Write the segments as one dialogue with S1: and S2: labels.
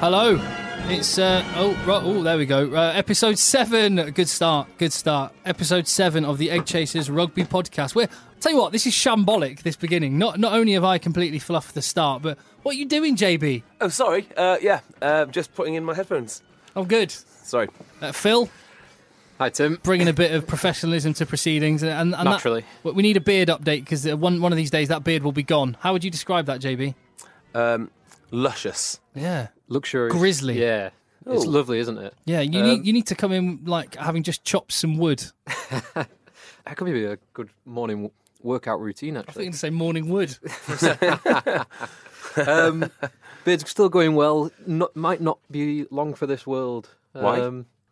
S1: Hello. It's uh oh right, oh there we go. Uh, episode seven. Good start. Good start. Episode seven of the Egg Chasers Rugby Podcast. We're I'll tell you what, this is shambolic. This beginning. Not not only have I completely fluffed the start, but what are you doing, JB?
S2: Oh, sorry. Uh, yeah, uh, just putting in my headphones.
S1: I'm good.
S2: Sorry.
S1: Uh, Phil,
S3: Hi Tim.
S1: bringing a bit of professionalism to proceedings, uh, and, and, and that-
S3: Naturally.
S1: we- we need a beard update because one one of these days that beard will be gone. How would you describe that, JB?
S2: Um, luscious.
S1: Yeah,
S3: Luxury.
S1: Grizzly.
S3: Yeah. It's
S2: Ooh.
S3: lovely, isn't it?
S1: yeah. You
S3: Um,
S1: need you need to come in like having just chopped some wood.
S3: That could be a good morning w- workout routine,
S1: I think
S3: actually.
S1: to say morning wood.
S3: Um, beard's still going well. Not, might not be long for this world. Um,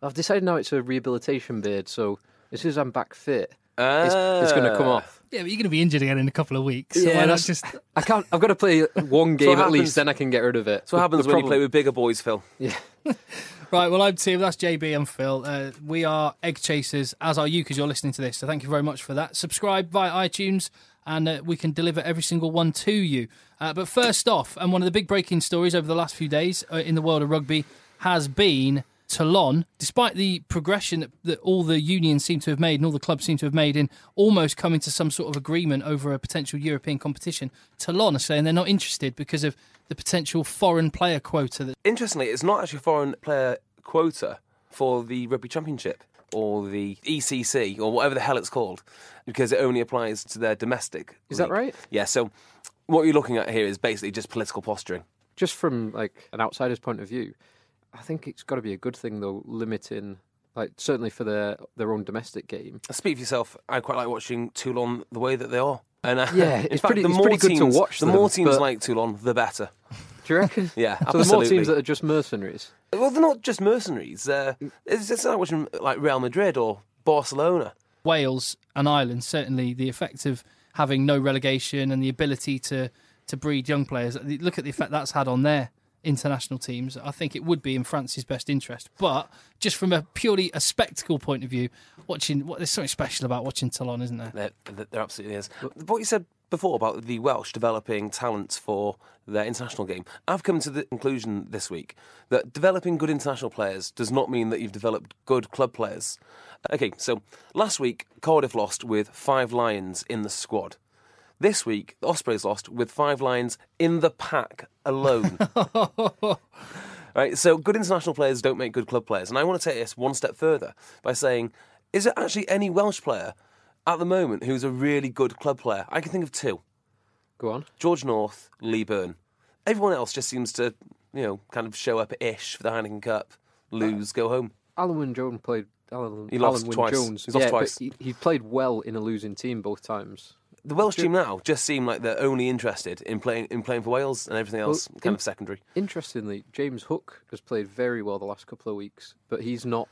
S2: Why?
S3: I've decided now it's a rehabilitation beard, so as soon as I'm back fit,
S2: Uh,
S3: it's, it's going to come
S2: Ah.
S3: off.
S1: Yeah, but you're going to be injured again in a couple of weeks. So
S3: Yeah,
S1: why not
S3: that's-
S1: just
S3: I can't. I've got to play one game at
S2: happens-
S3: least, then I can get rid of it.
S2: So what
S3: The- the
S2: happens when you play
S3: problem-
S2: with bigger boys, Phil?
S1: right? Well, I'm Tim. That's JB and Phil. Uh, we are egg chasers, as are you, because you're listening to this. So thank you very much for that. Subscribe via iTunes, and uh, we can deliver every single one to you. Uh, but first off, and one of the big breaking stories over the last few days uh, in the world of rugby has been. Toulon, despite the progression that, that all the unions seem to have made and all the clubs seem to have made in almost coming to some sort of agreement over a potential European competition, Toulon are saying they're not interested because of the potential foreign player quota that
S2: Interestingly, it's not actually a foreign player quota for the Rugby Championship or the ECC or whatever the hell it's called because it only applies to their domestic.
S3: Is that
S2: league.
S3: right?
S2: Yeah, so what you're looking at here is basically just political posturing.
S3: just from like an outsider's point of view, I think it's got to be a good thing though, limiting like certainly for their their own domestic game.
S2: Speak for yourself. I quite like watching Toulon the way that they are. And, uh,
S3: Yeah,
S2: in
S3: it's
S2: fact,
S3: pretty-
S2: the
S3: it's
S2: more
S3: pretty good to
S2: teams-
S3: watch
S2: The
S3: them,
S2: more teams
S3: but-
S2: like Toulon, the better.
S3: Do you reckon?
S2: Yeah,
S3: So there's more teams
S2: absolutely.
S3: that are just mercenaries.
S2: Well, they're not just mercenaries. Uh, it's, it's like watching like Real Madrid or Barcelona.
S1: Wales and Ireland, certainly the effect of having no relegation and the ability to, to breed young players, the- look at the effect that's had on their international teams. I think it would be in France's best interest. But just from a purely a spectacle point of view, watching what there's something special about watching Toulon, isn't there?
S2: There, there there absolutely is. What you said before about the Welsh developing talents for their international game, I've come to the conclusion this week that developing good international players does not mean that you've developed good club players. Okay, so last week Cardiff lost with five Lions in the squad. This week, the Ospreys lost with five Lions in the pack alone. Right, so good international players don't make good club players. And I want to take this one step further by saying, is there actually any Welsh player at the moment who's a really good club player? I can think of two
S3: Go on.
S2: George North, Lee Byrne. Everyone else just seems to, you know, kind of show up ish for the Heineken Cup, lose, go home.
S3: Alan Wynne Jones played. Alan,
S2: He lost
S3: Alan Wynne
S2: twice.
S3: Jones.
S2: He's lost
S3: yeah, but
S2: twice.
S3: He, he played well in a losing team both times.
S2: The Welsh team now just seem like they're only interested in playing in playing for Wales and everything else kind
S3: in-
S2: of secondary.
S3: Interestingly, James Hook has played very well the last couple of weeks, but he's not.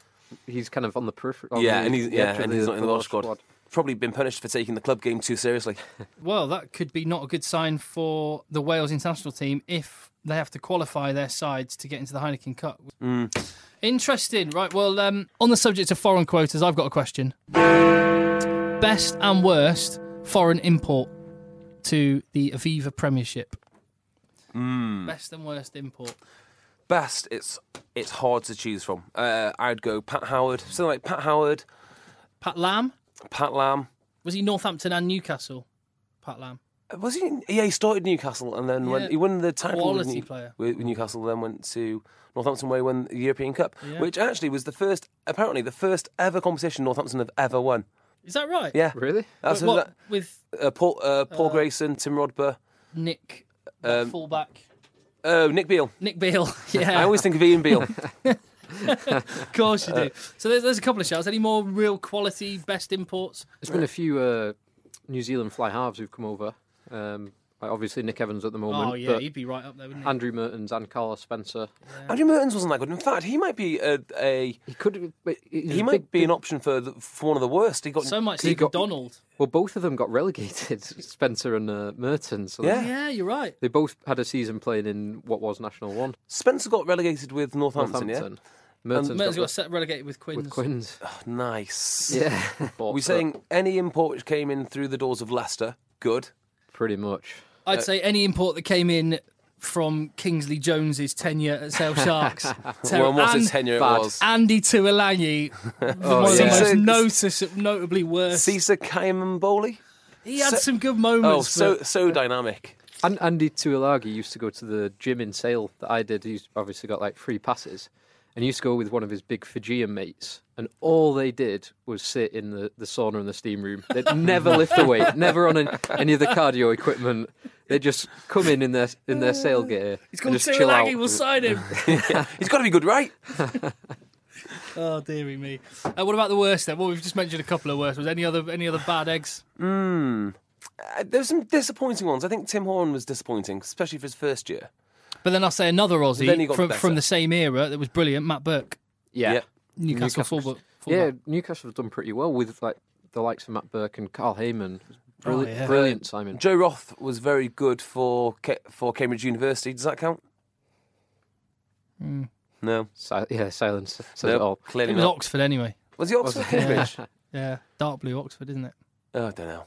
S3: He's kind of on the periphery. on
S2: yeah,
S3: the
S2: and he's,
S3: edge
S2: yeah,
S3: of
S2: and he's not in the Welsh squad.
S3: squad.
S2: Probably been punished for taking the club game too seriously.
S1: Well, that could be not a good sign for the Wales international team if they have to qualify their sides to get into the Heineken Cup.
S2: Mm.
S1: Interesting. Right. Well, um, on the subject of foreign quotas, I've got a question. Best and worst foreign import to the Aviva Premiership.
S2: Mm.
S1: Best and worst import.
S2: best, it's it's hard to choose from. Uh, I'd go Pat Howard, something like Pat Howard,
S1: Pat Lam
S2: Pat Lam.
S1: was he Northampton and Newcastle? Pat Lam.
S2: Was he? Yeah, he started Newcastle and then
S1: Yeah.
S2: went, he won the title with,
S1: Quality
S2: New-
S1: player.
S2: with with Newcastle. Then went to Northampton where he won the European Cup,
S1: Yeah.
S2: which actually was the first, apparently the first ever competition Northampton have ever won.
S1: Is that right?
S2: Yeah,
S3: Really?
S2: that's
S1: But what- with
S2: uh, Paul, uh, Paul Grayson, Tim Rodber,
S1: Nick that fullback
S2: oh Nick Beale.
S1: Nick Beale. Yeah.
S2: Um, I always think of Ian Beale.
S1: Of course you do. so there's, there's a couple of shouts. Any more real quality best imports?
S3: There's been a few uh, New Zealand fly halves who've come over. Um, like obviously Nick Evans at the moment.
S1: Oh yeah,
S3: but
S1: he'd be right up there, wouldn't he?
S3: Andrew Mertens and Carlos Spencer.
S2: Andrew Mertens wasn't that good. In fact, he might be a, a
S3: He could. but He, was
S2: he
S3: a
S2: might
S3: big-
S2: be an option for the, for one of the worst. He got
S1: so much
S3: he
S1: Stephen
S3: got-
S1: Donald.
S3: Well, both of them got relegated, Spencer and uh, Mertens. So they-
S2: Yeah.
S1: Yeah, you're right.
S3: They both had a season playing in what was National One,
S2: Spencer got relegated with Northampton. Yeah,
S3: Northampton. Mertens,
S1: Mertens got
S3: got
S1: set relegated with Quinns.
S3: with Quinns.
S2: Nice.
S3: Yeah,
S2: We're saying any import which came in through the doors of Leicester, good.
S3: pretty much.
S1: I'd say any import that came in from Kingsley Jones's tenure at South Sharks.
S2: well, and what's
S1: and
S2: his tenure?
S3: bad.
S2: It was.
S1: Andy Tuilagi, one of the
S2: yeah.
S1: most
S2: Cesar-
S1: notice, notably worse.
S2: Cesar Kayamboli?
S1: He had
S2: so-
S1: some good
S2: Oh,
S1: moments.
S2: so
S1: but-
S2: so dynamic.
S3: And Andy Tuilagi used to go to the gym in Sale that I did. He's obviously got like free passes, and he used to go with one of his big Fijian mates. And all they did was sit in the, the sauna and the steam room. They'd never lift a weight, never on an, any of the cardio equipment. They just come in in their in their Sale gear
S1: He's
S3: and
S1: called
S3: just chill out.
S1: Tuilagi, we'll sign him.
S2: He's got to be good, right?
S1: oh, dearie me. Uh, what about the worst then? Well, we've just mentioned a couple of worst. Was any other any other bad eggs?
S2: Uh, there's some disappointing ones. I think Tim Horn was disappointing, especially for his first year.
S1: But then I'll say another
S2: Then he
S1: Aussie
S2: got
S1: from,
S2: better.
S1: from the same era that was brilliant, Matt Burke,
S3: yeah,
S1: Newcastle,
S3: Newcastle.
S1: fullback.
S3: yeah.
S1: fullback.
S3: Newcastle have done pretty well with like the likes of Matt Burke and Carl Heyman. Brilliant,
S1: yeah.
S3: brilliant, Simon.
S2: Joe Roth was very good for Ca- for Cambridge University. Does that count? No,
S3: Si- yeah, silence says
S2: no,
S3: it all.
S1: It
S2: clearly
S1: was
S2: not.
S1: Oxford anyway.
S2: Was he Oxford? Cambridge?
S1: Yeah, dark blue Oxford, isn't it?
S2: oh, I don't know.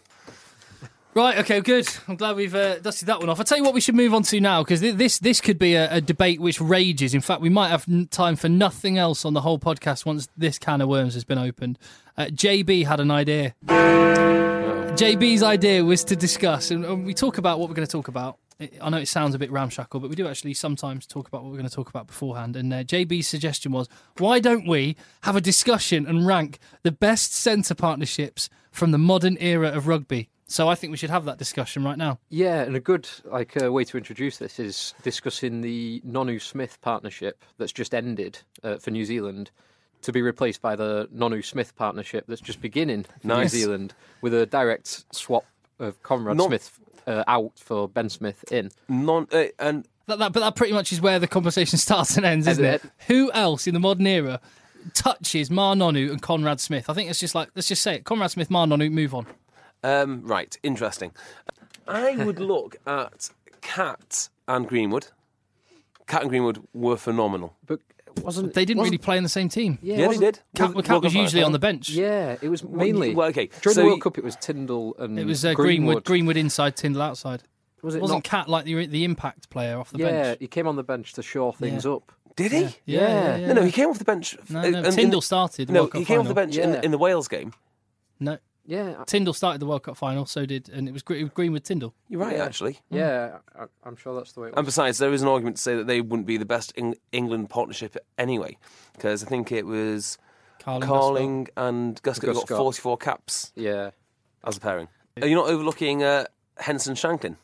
S1: Right, okay, good. I'm glad we've uh, dusted that one off. I'll tell you what we should move on to now, because th- this, this could be a, a debate which rages. In fact, we might have n- time for nothing else on the whole podcast once this can of worms has been opened. Uh, JB had an idea. JB's idea was to discuss, and, and we talk about what we're going to talk about. It, I know it sounds a bit ramshackle, but we do actually sometimes talk about what we're going to talk about beforehand. And uh, JB's suggestion was why don't we have a discussion and rank the best centre partnerships from the modern era of rugby? So I think we should have that discussion right now.
S3: Yeah, and a good like uh, way to introduce this is discussing the Nonu Smith partnership that's just ended uh, for New Zealand to be replaced by the Nonu Smith partnership that's just beginning for
S2: Nice.
S3: New Zealand with a direct swap of Conrad
S2: Not-
S3: Smith uh, out for Ben Smith in.
S2: Non, uh, and
S1: That, that, but that pretty much is where the conversation starts and ends, isn't it?
S3: Isn't it?
S1: Who else in the modern era touches Mar Nonu and Conrad Smith? I think it's just like, let's just say it Conrad Smith, Mar Nonu, move on.
S2: um, right, interesting. I would look at Cat and Greenwood. Cat and Greenwood were phenomenal.
S3: But wasn't
S1: They didn't
S3: wasn't-
S1: really play in the same team.
S3: Yeah,
S2: Yeah, they
S3: wasn't-
S2: did.
S1: Cat,
S2: With-
S1: Cat was
S2: Welcome
S1: usually
S2: back.
S1: on the bench.
S3: Yeah, it was mainly.
S2: well, okay,
S3: During
S2: so
S3: the
S2: you-
S3: World Cup, it was Tyndall and
S1: It was uh,
S3: Greenwood.
S1: Greenwood. Greenwood inside, Tyndall outside.
S3: Was
S1: It
S3: it
S1: wasn't
S3: not?
S1: Cat like the the impact player off the
S3: yeah,
S1: bench.
S3: he came on the bench to shore things up.
S2: um, Did he?
S1: Yeah,
S3: Yeah.
S1: yeah, yeah.
S2: No, no, he came off the bench.
S1: No,
S2: uh,
S1: no,
S2: and- and-
S1: Tyndall started the
S2: no,
S1: World Cup
S2: he came off the
S1: final.
S2: bench in,
S3: Yeah.
S2: in the Wales game.
S1: No,
S3: Yeah,
S1: Tyndall started the World Cup final. So did, and it was Gre- it was Greenwood Tyndall.
S2: You're right,
S3: Yeah.
S2: actually.
S3: yeah, I, I'm sure that's the way. It was.
S2: And besides, there is an argument to say that they wouldn't be the best Eng- England partnership anyway, because I think it was
S1: Carling.
S2: Carling and Guscott who
S3: Gus
S2: got
S3: Scott.
S2: 44 caps
S3: Yeah.
S2: as a pairing. Are you not overlooking uh, Henson Shanklin?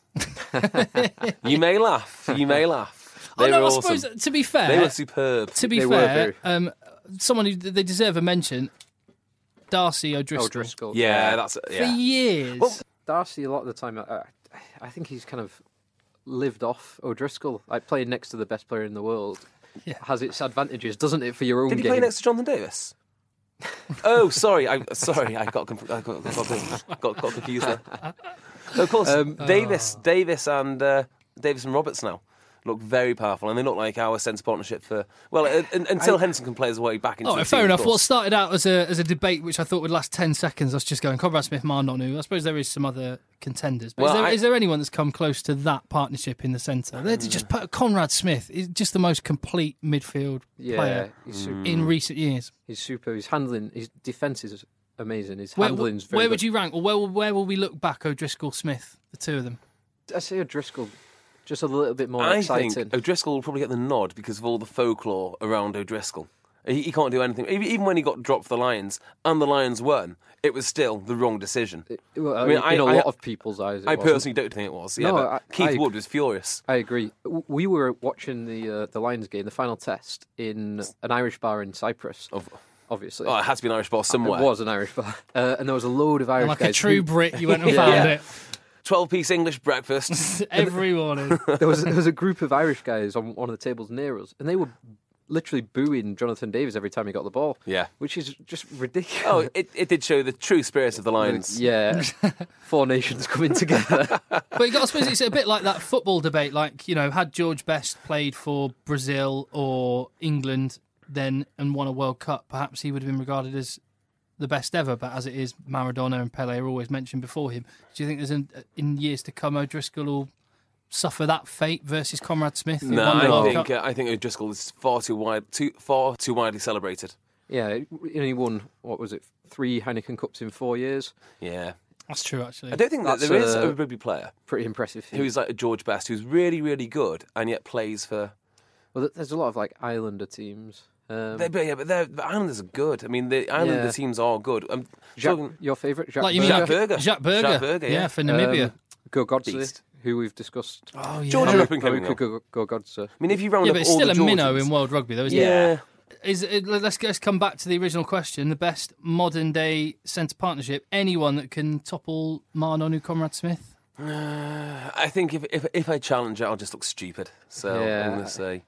S2: you may laugh. You may laugh. They
S1: Oh no,
S2: were
S1: I
S2: awesome.
S1: suppose to be fair,
S2: They were superb.
S1: to be
S3: They were
S1: fair,
S3: very-
S1: um, someone who they deserve a mention, Darcy O'Driscoll.
S3: Oh, Driscoll.
S2: Yeah, that's
S1: For
S2: yeah.
S1: years,
S3: Darcy, a lot of the time, uh, I think he's kind of lived off O'Driscoll, like playing next to the best player in the world. Has its advantages, doesn't it, for your own
S2: Did he
S3: game?
S2: play next to Jonathan Davis? oh, sorry. I sorry. I got conf- I got got, got, got, got confused there. Of course,
S1: Um,
S2: Davis,
S1: oh.
S2: Davis, and uh, Davis and Roberts now look very powerful, and they look like our centre partnership for well uh, un- until Henson can play his way back into.
S1: Oh,
S2: the
S1: fair
S2: team, of
S1: enough. What
S2: course.
S1: started out as a as a debate, which I thought would last ten seconds, I was just going Conrad Smith, Marnonu. I suppose there is some other contenders, but
S2: Well,
S1: is, there,
S2: I-
S1: is there anyone that's come close to that partnership in the centre? They're just put- Conrad Smith is just the most complete midfield
S3: yeah,
S1: player
S3: he's super.
S2: Mm.
S1: in recent years.
S3: He's super. His handling, his defense is amazing. His
S1: Where,
S3: handling's very.
S1: where would
S3: good.
S1: you rank, or where will, where will we look back? O'Driscoll, Smith, the two of them.
S3: I say O'Driscoll, just a little bit more
S2: I
S3: exciting.
S2: think O'Driscoll will probably get the nod because of all the folklore around O'Driscoll. He, he can't do anything. Even even when he got dropped for the Lions and the Lions won, it was still the wrong decision.
S3: Well,
S2: mean,
S3: in
S2: I-
S3: a
S2: I-
S3: lot of people's eyes, it
S2: I
S3: wasn't.
S2: personally don't think it was. Yeah,
S3: No,
S2: but
S3: I-
S2: Keith
S3: I-
S2: Wood was furious.
S3: I agree. W- We were watching the uh, the Lions game, the final test in an Irish bar in Cyprus.
S2: Of-
S3: obviously,
S2: Oh, it has to be an Irish boss somewhere.
S3: It was an Irish bar, uh, and there was a load of Irish
S1: Like
S3: guys.
S1: a true
S3: who-
S1: Brit, you went and found
S2: Yeah.
S1: it
S2: 12 piece English breakfast.
S1: every morning.
S3: there was there was a group of Irish guys on one of the tables near us, and they were literally booing Jonathan Davis every time he got the ball.
S2: Yeah.
S3: which is just ridiculous.
S2: oh, it, it did show the true spirit of the Lions.
S3: yeah, four nations coming together.
S1: But you got, I suppose it's a bit like that football debate. Like, you know, had George Best played for Brazil or England then and won a World Cup, perhaps he would have been regarded as the best ever. But as it is, Maradona and Pele are always mentioned before him. Do you think there's, an, in years to come, O'Driscoll will suffer that fate versus Comrade Smith? who
S2: No,
S1: won the
S2: I
S1: World
S2: think
S1: Cup?
S2: uh, I think O'Driscoll is far too wide, too far too widely celebrated.
S3: Yeah, he only won what was it, three Heineken Cups in four years.
S2: Yeah,
S1: that's true. Actually,
S2: I don't think that
S3: That's,
S2: there is
S3: uh,
S2: a rugby player
S3: Pretty impressive. feat.
S2: who's like a George Best, who's really really good and yet plays for.
S3: well, th- there's a lot of like Islander teams. Um,
S2: They, but yeah, but they're, the Islanders are good. I mean, the Islander
S3: Yeah.
S2: teams are good. Um, I'm
S3: Jacques-
S2: talking-
S3: your favourite, Jacques
S1: like you mean
S3: Berger,
S2: Jacques
S1: Jacques
S2: Berger.
S1: Berger,
S2: Jacques Berger, yeah.
S1: for Namibia.
S3: um, Go Godse,
S2: Beast.
S3: who we've discussed.
S1: oh yeah,
S2: Georgia-
S3: How
S2: up and
S3: many- how
S2: coming
S3: many could Go, go Godse.
S2: I mean, if you round
S1: yeah,
S2: up
S1: but it's
S2: all
S1: still
S2: the
S1: a minnow
S2: Georgians-
S1: in world rugby, though, isn't it?
S2: yeah.
S1: Is it, let's let's come back to the original question: the best modern day centre partnership, anyone that can topple Marnonu Comrade Smith.
S2: Uh, I think if, if if I challenge it, I'll just look stupid. So
S3: Yeah.
S2: I'm going to say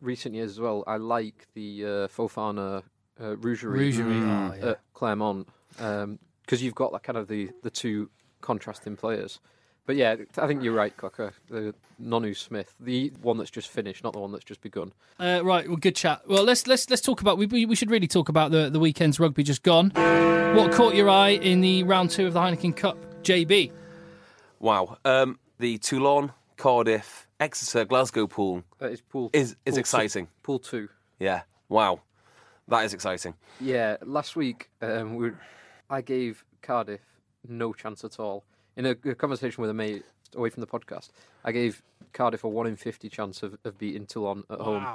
S3: Recent years as well, I like the uh, Fofana uh, Rougerie
S1: Rougerie, oh, yeah.
S3: at Clermont because you've got like kind of the, the two contrasting players. But yeah, I think you're right, Cocker. The Nonu Smith, the one that's just finished, not the one that's just begun.
S1: Uh, right, well, good chat. Well, let's let's let's talk about. We we we should really talk about the the weekend's rugby just gone. What caught your eye in the round two of the Heineken Cup, JB?
S2: wow. Um, the Toulon, Cardiff, Exeter, Glasgow pool
S3: That is pool.
S2: is is
S3: pool
S2: exciting.
S3: Two, pool two.
S2: Yeah. Wow. That is exciting.
S3: Yeah, last week um, we, I gave Cardiff no chance at all. In a, a conversation with a mate away from the podcast, I gave Cardiff a one in fifty chance of, of beating Toulon at home.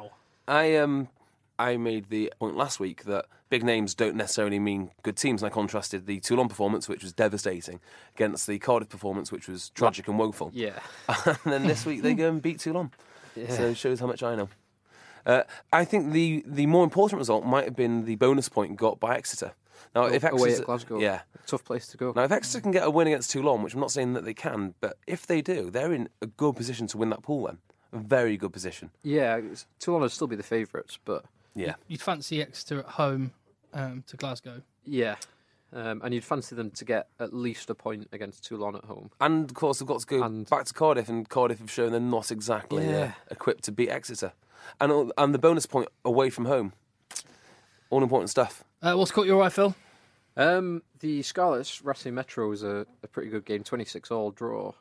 S2: I um I made the point last week that big names don't necessarily mean good teams, and I contrasted the Toulon performance, which was devastating, against the Cardiff performance, which was tragic and woeful.
S3: Yeah,
S2: and then this week they go and beat Toulon.
S3: Hmm. Yeah.
S2: So it shows how much I know. Uh, I think the, the more important result might have been the bonus point got by Exeter. Now, if Exeter,
S3: Oh, away at Glasgow.
S2: yeah.
S3: tough place to go.
S2: Now, if Exeter can get a win against Toulon, which I'm not saying that they can, but if they do, they're in a good position to win that pool. Then a very good position.
S3: Yeah, it's- Toulon will still be the favourites, but
S2: Yeah.
S1: You'd fancy Exeter at home um, to Glasgow.
S3: yeah, um, and you'd fancy them to get at least a point against Toulon at home.
S2: And of course, they've got to go
S3: And-
S2: back to Cardiff, and Cardiff have shown they're not exactly uh,
S3: Yeah.
S2: equipped to beat Exeter. And all- and the bonus point away from home, all important stuff.
S1: Uh, what's caught your eye, Phil?
S3: Um, the Scarlets Racing Metro was a, a pretty good game, twenty six all draw,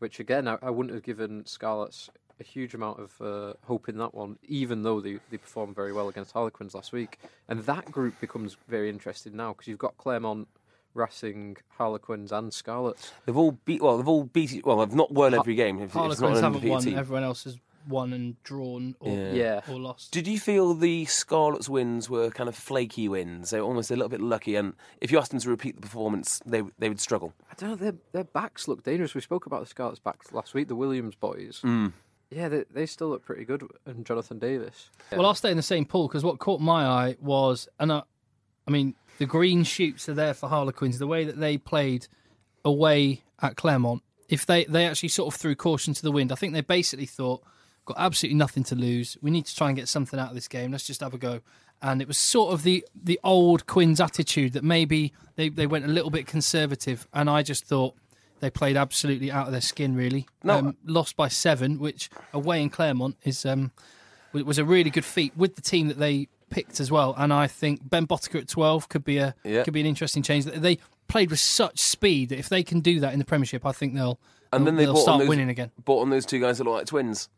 S3: which again I, I wouldn't have given Scarlets a huge amount of uh, hope in that one, even though they, they performed very well against Harlequins last week. And that group becomes very interesting now because you've got Claremont, Racing, Harlequins, and Scarlets.
S2: They've all beat. Well, they've all beat. e, Well, they've not won every game. If, if it's not
S1: Harlequins
S2: an
S1: haven't
S2: undefeated
S1: won.
S2: team.
S1: Everyone else has won and drawn or,
S2: Yeah.
S3: Yeah.
S1: or lost.
S2: Did you feel the Scarlets' wins were kind of flaky wins? They were almost a little bit lucky, and if you asked them to repeat the performance, they they would struggle.
S3: I don't know. Their their backs look dangerous. We spoke about the Scarlets' backs last week. The Williams boys. Yeah, they they still look pretty good. And Jonathan Davis.
S1: Well, I'll stay in the same pool because what caught my eye was, and I, I mean, the green shoots are there for Harlequins. The way that they played away at Claremont, if they they actually sort of threw caution to the wind, I think they basically thought, got absolutely nothing to lose. We need to try and get something out of this game. Let's just have a go. And it was sort of the the old Quins attitude that maybe they they went a little bit conservative, and I just thought. They played absolutely out of their skin, really.
S2: No.
S1: Um, lost by seven, which away in Claremont is um, it was a really good feat with the team that they picked as well. And I think Ben Bottica at twelve could be a
S2: Yeah.
S1: could be an interesting change. They played with such speed that if they can do that in the Premiership, I think they'll
S2: And then
S1: they'll-
S2: they
S1: they'll
S2: bought on
S1: start
S2: those-
S1: winning again.
S2: Bought on those two guys that look like twins,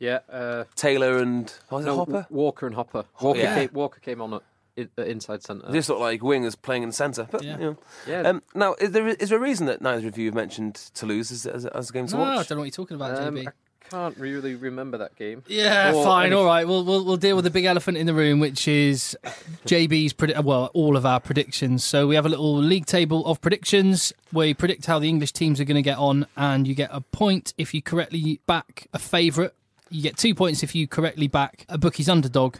S3: Yeah. Uh,
S2: Taylor and oh, is it
S3: No,
S2: Hopper.
S3: W- Walker and Hopper. Walker,
S2: yeah.
S3: came, Walker came on at, in- at inside centre.
S2: They just look like wingers playing in the centre. But
S1: Yeah.
S2: you know.
S3: yeah,
S2: Um, now, is there is there a reason that neither of you have mentioned Toulouse as, as, as a game to
S1: No, I
S2: watch?
S1: don't know what you're talking about,
S3: um,
S1: JB.
S3: I can't really remember that game.
S1: Yeah,
S3: Or
S1: fine,
S3: any-
S1: all right. We'll, we'll we'll deal with the big elephant in the room, which is JB's predi- well, all of our predictions. So we have a little league table of predictions. We predict how the English teams are going to get on, and you get a point if you correctly back a favourite. You get two points if you correctly back a bookie's underdog,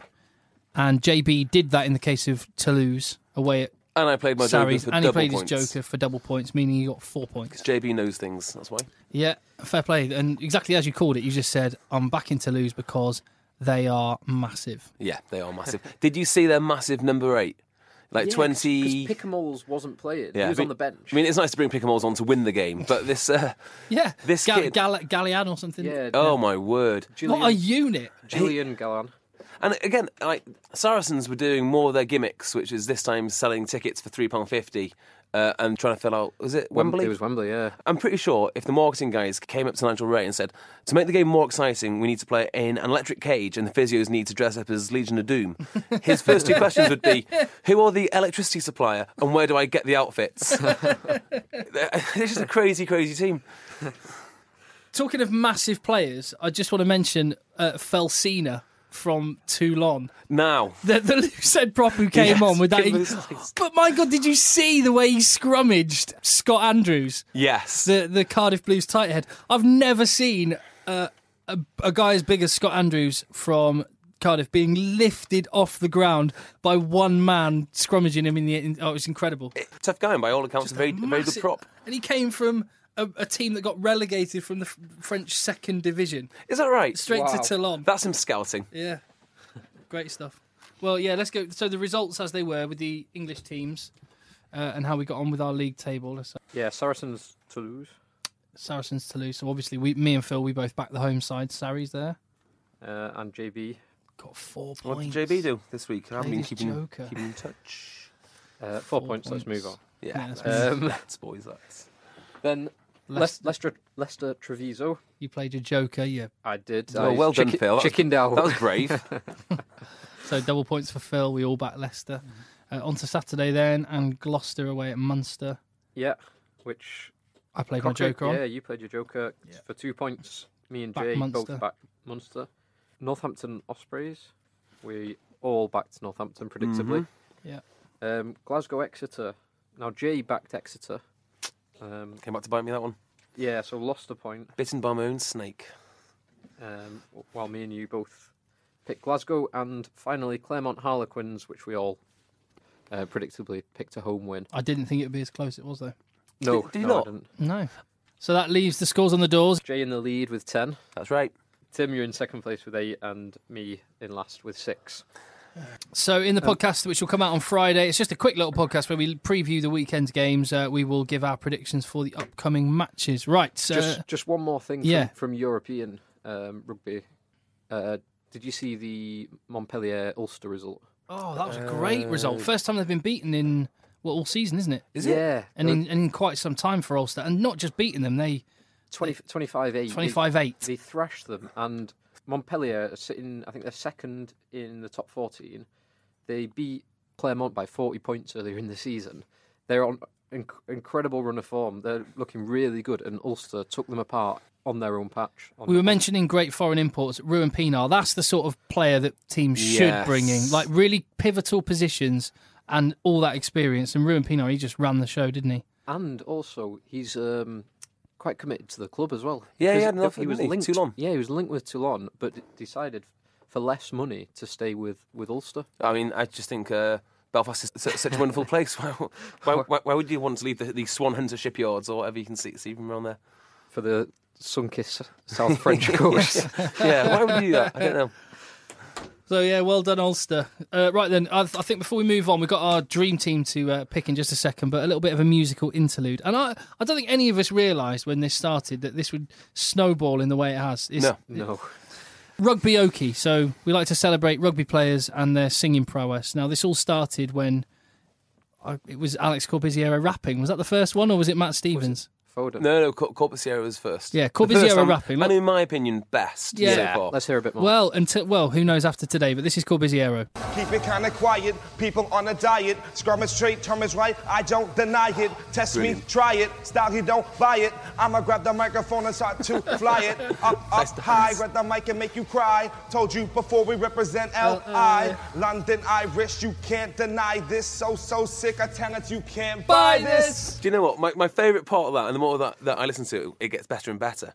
S1: and JB did that in the case of Toulouse away at
S2: And I played my Joker
S1: Sarries,
S2: for
S1: and he
S2: double
S1: played
S2: points.
S1: his Joker for double points, meaning he got four points.
S2: JB knows things. That's why.
S1: Yeah, fair play. And exactly as you called it, you just said, I'm back in Toulouse because they are massive.
S2: Yeah, they are massive. Did you see their massive number eight? Like twenty.
S3: Because Pickamoles wasn't playing.
S2: Yeah,
S3: he was
S2: I
S3: on
S2: mean-
S3: the bench.
S2: I mean, it's nice to bring Pickamoles on to win the game, but this. Uh,
S1: Yeah.
S2: This kid-
S1: Gal- Gallian or something.
S3: yeah.
S2: oh my word!
S1: What a
S3: Julian,
S1: unit.
S3: Julian Galan.
S2: And again, like Saracens were doing more of their gimmicks, which is this time selling tickets for three pound fifty uh, and trying to fill out. Was it
S3: Wem-
S2: Wembley?
S3: It was Wembley, yeah.
S2: I'm pretty sure if the marketing guys came up to Nigel Ray and said, to make the game more exciting, we need to play in an electric cage and the physios need to dress up as Legion of Doom, his first two questions would be, who are the electricity supplier and where do I get the outfits? it's just a crazy, crazy team.
S1: Talking of massive players, I just want to mention uh, Felsina from Toulon.
S2: Now,
S1: The, the Lucid prop who came
S2: Yes,
S1: on with that.
S2: give him his eyes.
S1: But my God, did you see the way he scrummaged Scott Andrews,
S2: yes.
S1: the, the Cardiff Blues tight head? I've never seen uh, a, a guy as big as Scott Andrews from Cardiff being lifted off the ground by one man scrummaging him in the. In, oh, it's incredible.
S2: Tough guy, and by all accounts, a very, a very good
S1: Massive-
S2: prop.
S1: And he came from a, a team that got relegated from the F- French second division
S2: Is that right?
S1: straight
S3: Wow.
S1: to Toulon.
S2: That's him scouting.
S1: Yeah. Great stuff. Well, yeah, let's go. So the results as they were with the English teams uh, and how we got on with our league table. So
S3: Yeah, Saracens Toulouse.
S1: Saracens Toulouse. So obviously, we, me and Phil, we both backed the home side. Sarri's there.
S3: Uh, and JB.
S1: Got four
S2: What
S1: points.
S2: did JB do this week? I've
S1: Played
S2: been
S1: his
S2: keeping,
S1: Joker.
S2: keeping in touch.
S3: Uh, four,
S1: Four
S3: points, let's
S1: points.
S3: move on.
S1: Yeah,
S2: Yeah,
S1: that's
S2: that's,
S3: right.
S2: that's boys, that's.
S3: Then
S1: Leic-
S3: Leic- Leicester, Leicester Treviso.
S1: You played your Joker, yeah.
S3: I did.
S2: Well,
S3: I
S2: Oh, well done,
S3: chicken-
S2: Phil. That was-
S3: Chickened out.
S2: That was brave.
S1: So double points for Phil. We all backed Leicester. Uh,
S2: Mm-hmm.
S1: on to Saturday then, and Gloucester away at Munster.
S3: yeah, which
S1: I played my
S3: Cochrane-
S1: Joker on.
S3: Yeah, you played your Joker for two points. Me and
S1: Back
S3: Jay
S1: Munster.
S3: both backed Munster. Northampton Ospreys. We all backed Northampton predictably.
S2: Mm-hmm.
S1: Yeah.
S3: Um, Glasgow Exeter. Now Jay backed Exeter. Um,
S2: Came back to bite me that one.
S3: yeah, so lost a point.
S2: Bitten by my own snake.
S3: Um, w- while me and you both picked Glasgow and finally Claremont Harlequins, which we all uh, predictably picked a home win.
S1: I didn't think it would be as close it was, though.
S3: No,
S2: Did- did you
S3: no, I
S2: not?
S3: didn't.
S1: No. So that leaves the scores on the doors.
S3: Jay in the lead with ten.
S2: That's right.
S3: Tim, you're in second place with eight, and me in last with six.
S1: So, in the
S2: Uh,
S1: podcast, which will come out on Friday, it's just a quick little podcast where we preview the weekend's games. Uh, we will give our predictions for the upcoming matches. Right. So,
S3: just, just one more thing
S1: Uh, yeah.
S3: from, from European um, rugby. Uh, did you see the Montpellier Ulster result?
S1: oh, that was a great result. First time they've been beaten in well all season, isn't it?
S2: Is it?
S3: yeah,
S1: And in, and in quite some time for Ulster, and not just beating them, they
S3: 20, 25 8.
S1: 25 8.
S3: They thrashed them, and Montpellier are sitting, I think they're second in the top 14. They beat Clermont by 40 points earlier in the season. They're on an incredible run of form. They're looking really good, and Ulster took them apart on their own patch. On,
S1: We were mentioning great foreign imports, Ruan Pinar. That's the sort of player that teams should
S2: Yes.
S1: bring in, like really pivotal positions and all that experience. And Ruan Pinar, he just ran the show, didn't he?
S3: and also, he's um, quite committed to the club as well.
S2: Yeah, he
S3: 'Cause
S2: had an offer,
S3: was
S2: didn't he?
S3: linked.
S2: Toulon.
S3: Yeah, he was linked with Toulon, but d- decided for less money to stay with, with Ulster.
S2: I mean, I just think uh, Belfast is su- such a wonderful place. Why, why, why, why would you want to leave the, the Swan Hunter shipyards or whatever you can see, see from around there?
S3: For the sunken South French coast.
S2: Yeah, why would you do that? I don't know.
S1: So yeah, well done Ulster. Uh, right then, I, I think before we move on, we've got our dream team to uh, pick in just a second, but a little bit of a musical interlude. And I, I don't think any of us realised when this started that this would snowball in the way it has. It's
S2: No.
S3: No.
S1: Rugby Oki. So we like to celebrate rugby players and their singing prowess. Now this all started when I, it was Alex Corbusiero rapping. Was that the first one, or was it Matt Stevens?
S3: Foden.
S2: No, no, Cor- Corbusier was first.
S1: Yeah,
S2: The first
S1: Corbusier
S2: and-
S1: rapping, let-
S2: And in my opinion, best
S1: Yeah.
S2: so far.
S3: Let's hear a bit more.
S1: Well, until well, who knows after today? But this is Corbusiero.
S4: Keep it kinda quiet, people on a diet. Scrum is straight, term is right, I don't deny it. Test me,
S2: Brilliant.
S4: try it. Style, you don't buy it. I'ma grab the microphone and start to fly it. Up, up,
S2: Nice dance.
S4: high, grab the mic and make you cry. Told you before we represent LI. London Irish, you can't deny this. So, so sick, a talent you can't buy this.
S2: Do you know what? My, my favourite part of that, and the more that, that I listen to it, it gets better and better,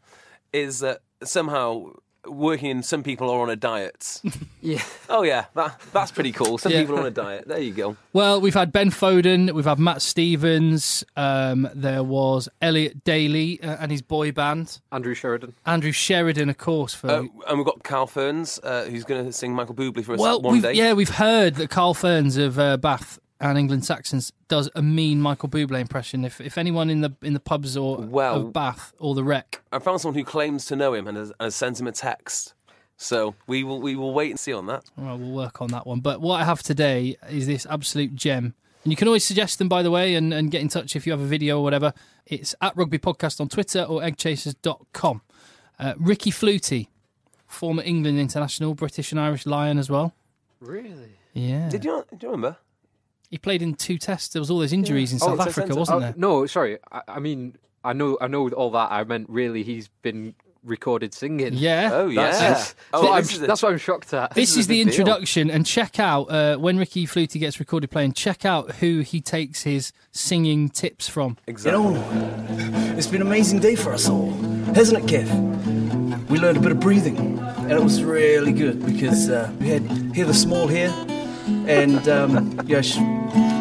S2: is that somehow working in some people are on a diet.
S3: yeah.
S2: oh, yeah, that, that's pretty cool. Some
S1: Yeah.
S2: people are on a diet. There you go.
S1: Well, we've had Ben Foden, we've had Matt Stevens, um, there was Elliot Daly uh, and his boy band,
S3: Andrew Sheridan.
S1: Andrew Sheridan, of course. For
S2: Uh, and we've got Carl Ferns, uh, who's going to sing Michael Bublé for us
S1: well,
S2: one
S1: we've,
S2: day.
S1: yeah, we've heard that Carl Ferns of uh, Bath and England Saxons does a mean Michael Bublé impression. If if anyone in the in the pubs or
S2: Well-
S1: of Bath or the Rec,
S2: I found someone who claims to know him and has, has sent him a text. So we will we will wait and see on that.
S1: well, we'll work on that one. But what I have today is this absolute gem. And you can always suggest them, by the way, and, and get in touch if you have a video or whatever. It's at Rugby Podcast on Twitter or eggchasers.com. Uh, Ricky Flutie, former England international, British and Irish Lion as well.
S3: Really?
S1: Yeah.
S2: Did you, do you remember?
S1: He played in two tests. There was all those injuries in
S2: Oh,
S1: South
S2: it's a
S1: Africa,
S2: centre.
S1: wasn't
S3: Oh,
S1: there?
S3: No, sorry. I, I mean, I know, I know with all that. I meant really, he's been recorded singing.
S1: Yeah.
S2: Oh, yeah.
S3: That's,
S2: oh,
S3: what I'm,
S2: this is a-
S3: that's what I'm shocked at.
S1: This,
S2: is
S1: is,
S2: a
S1: the
S2: big deal.
S1: introduction, and check out uh, when Ricky Flutie gets recorded playing. Check out who he takes his singing tips from.
S5: You
S2: exactly.
S5: know, it's been an amazing day for us all, hasn't it, Kev? We learned a bit of breathing, and it was really good because uh, we had Heather Small here, and um, yeah, she,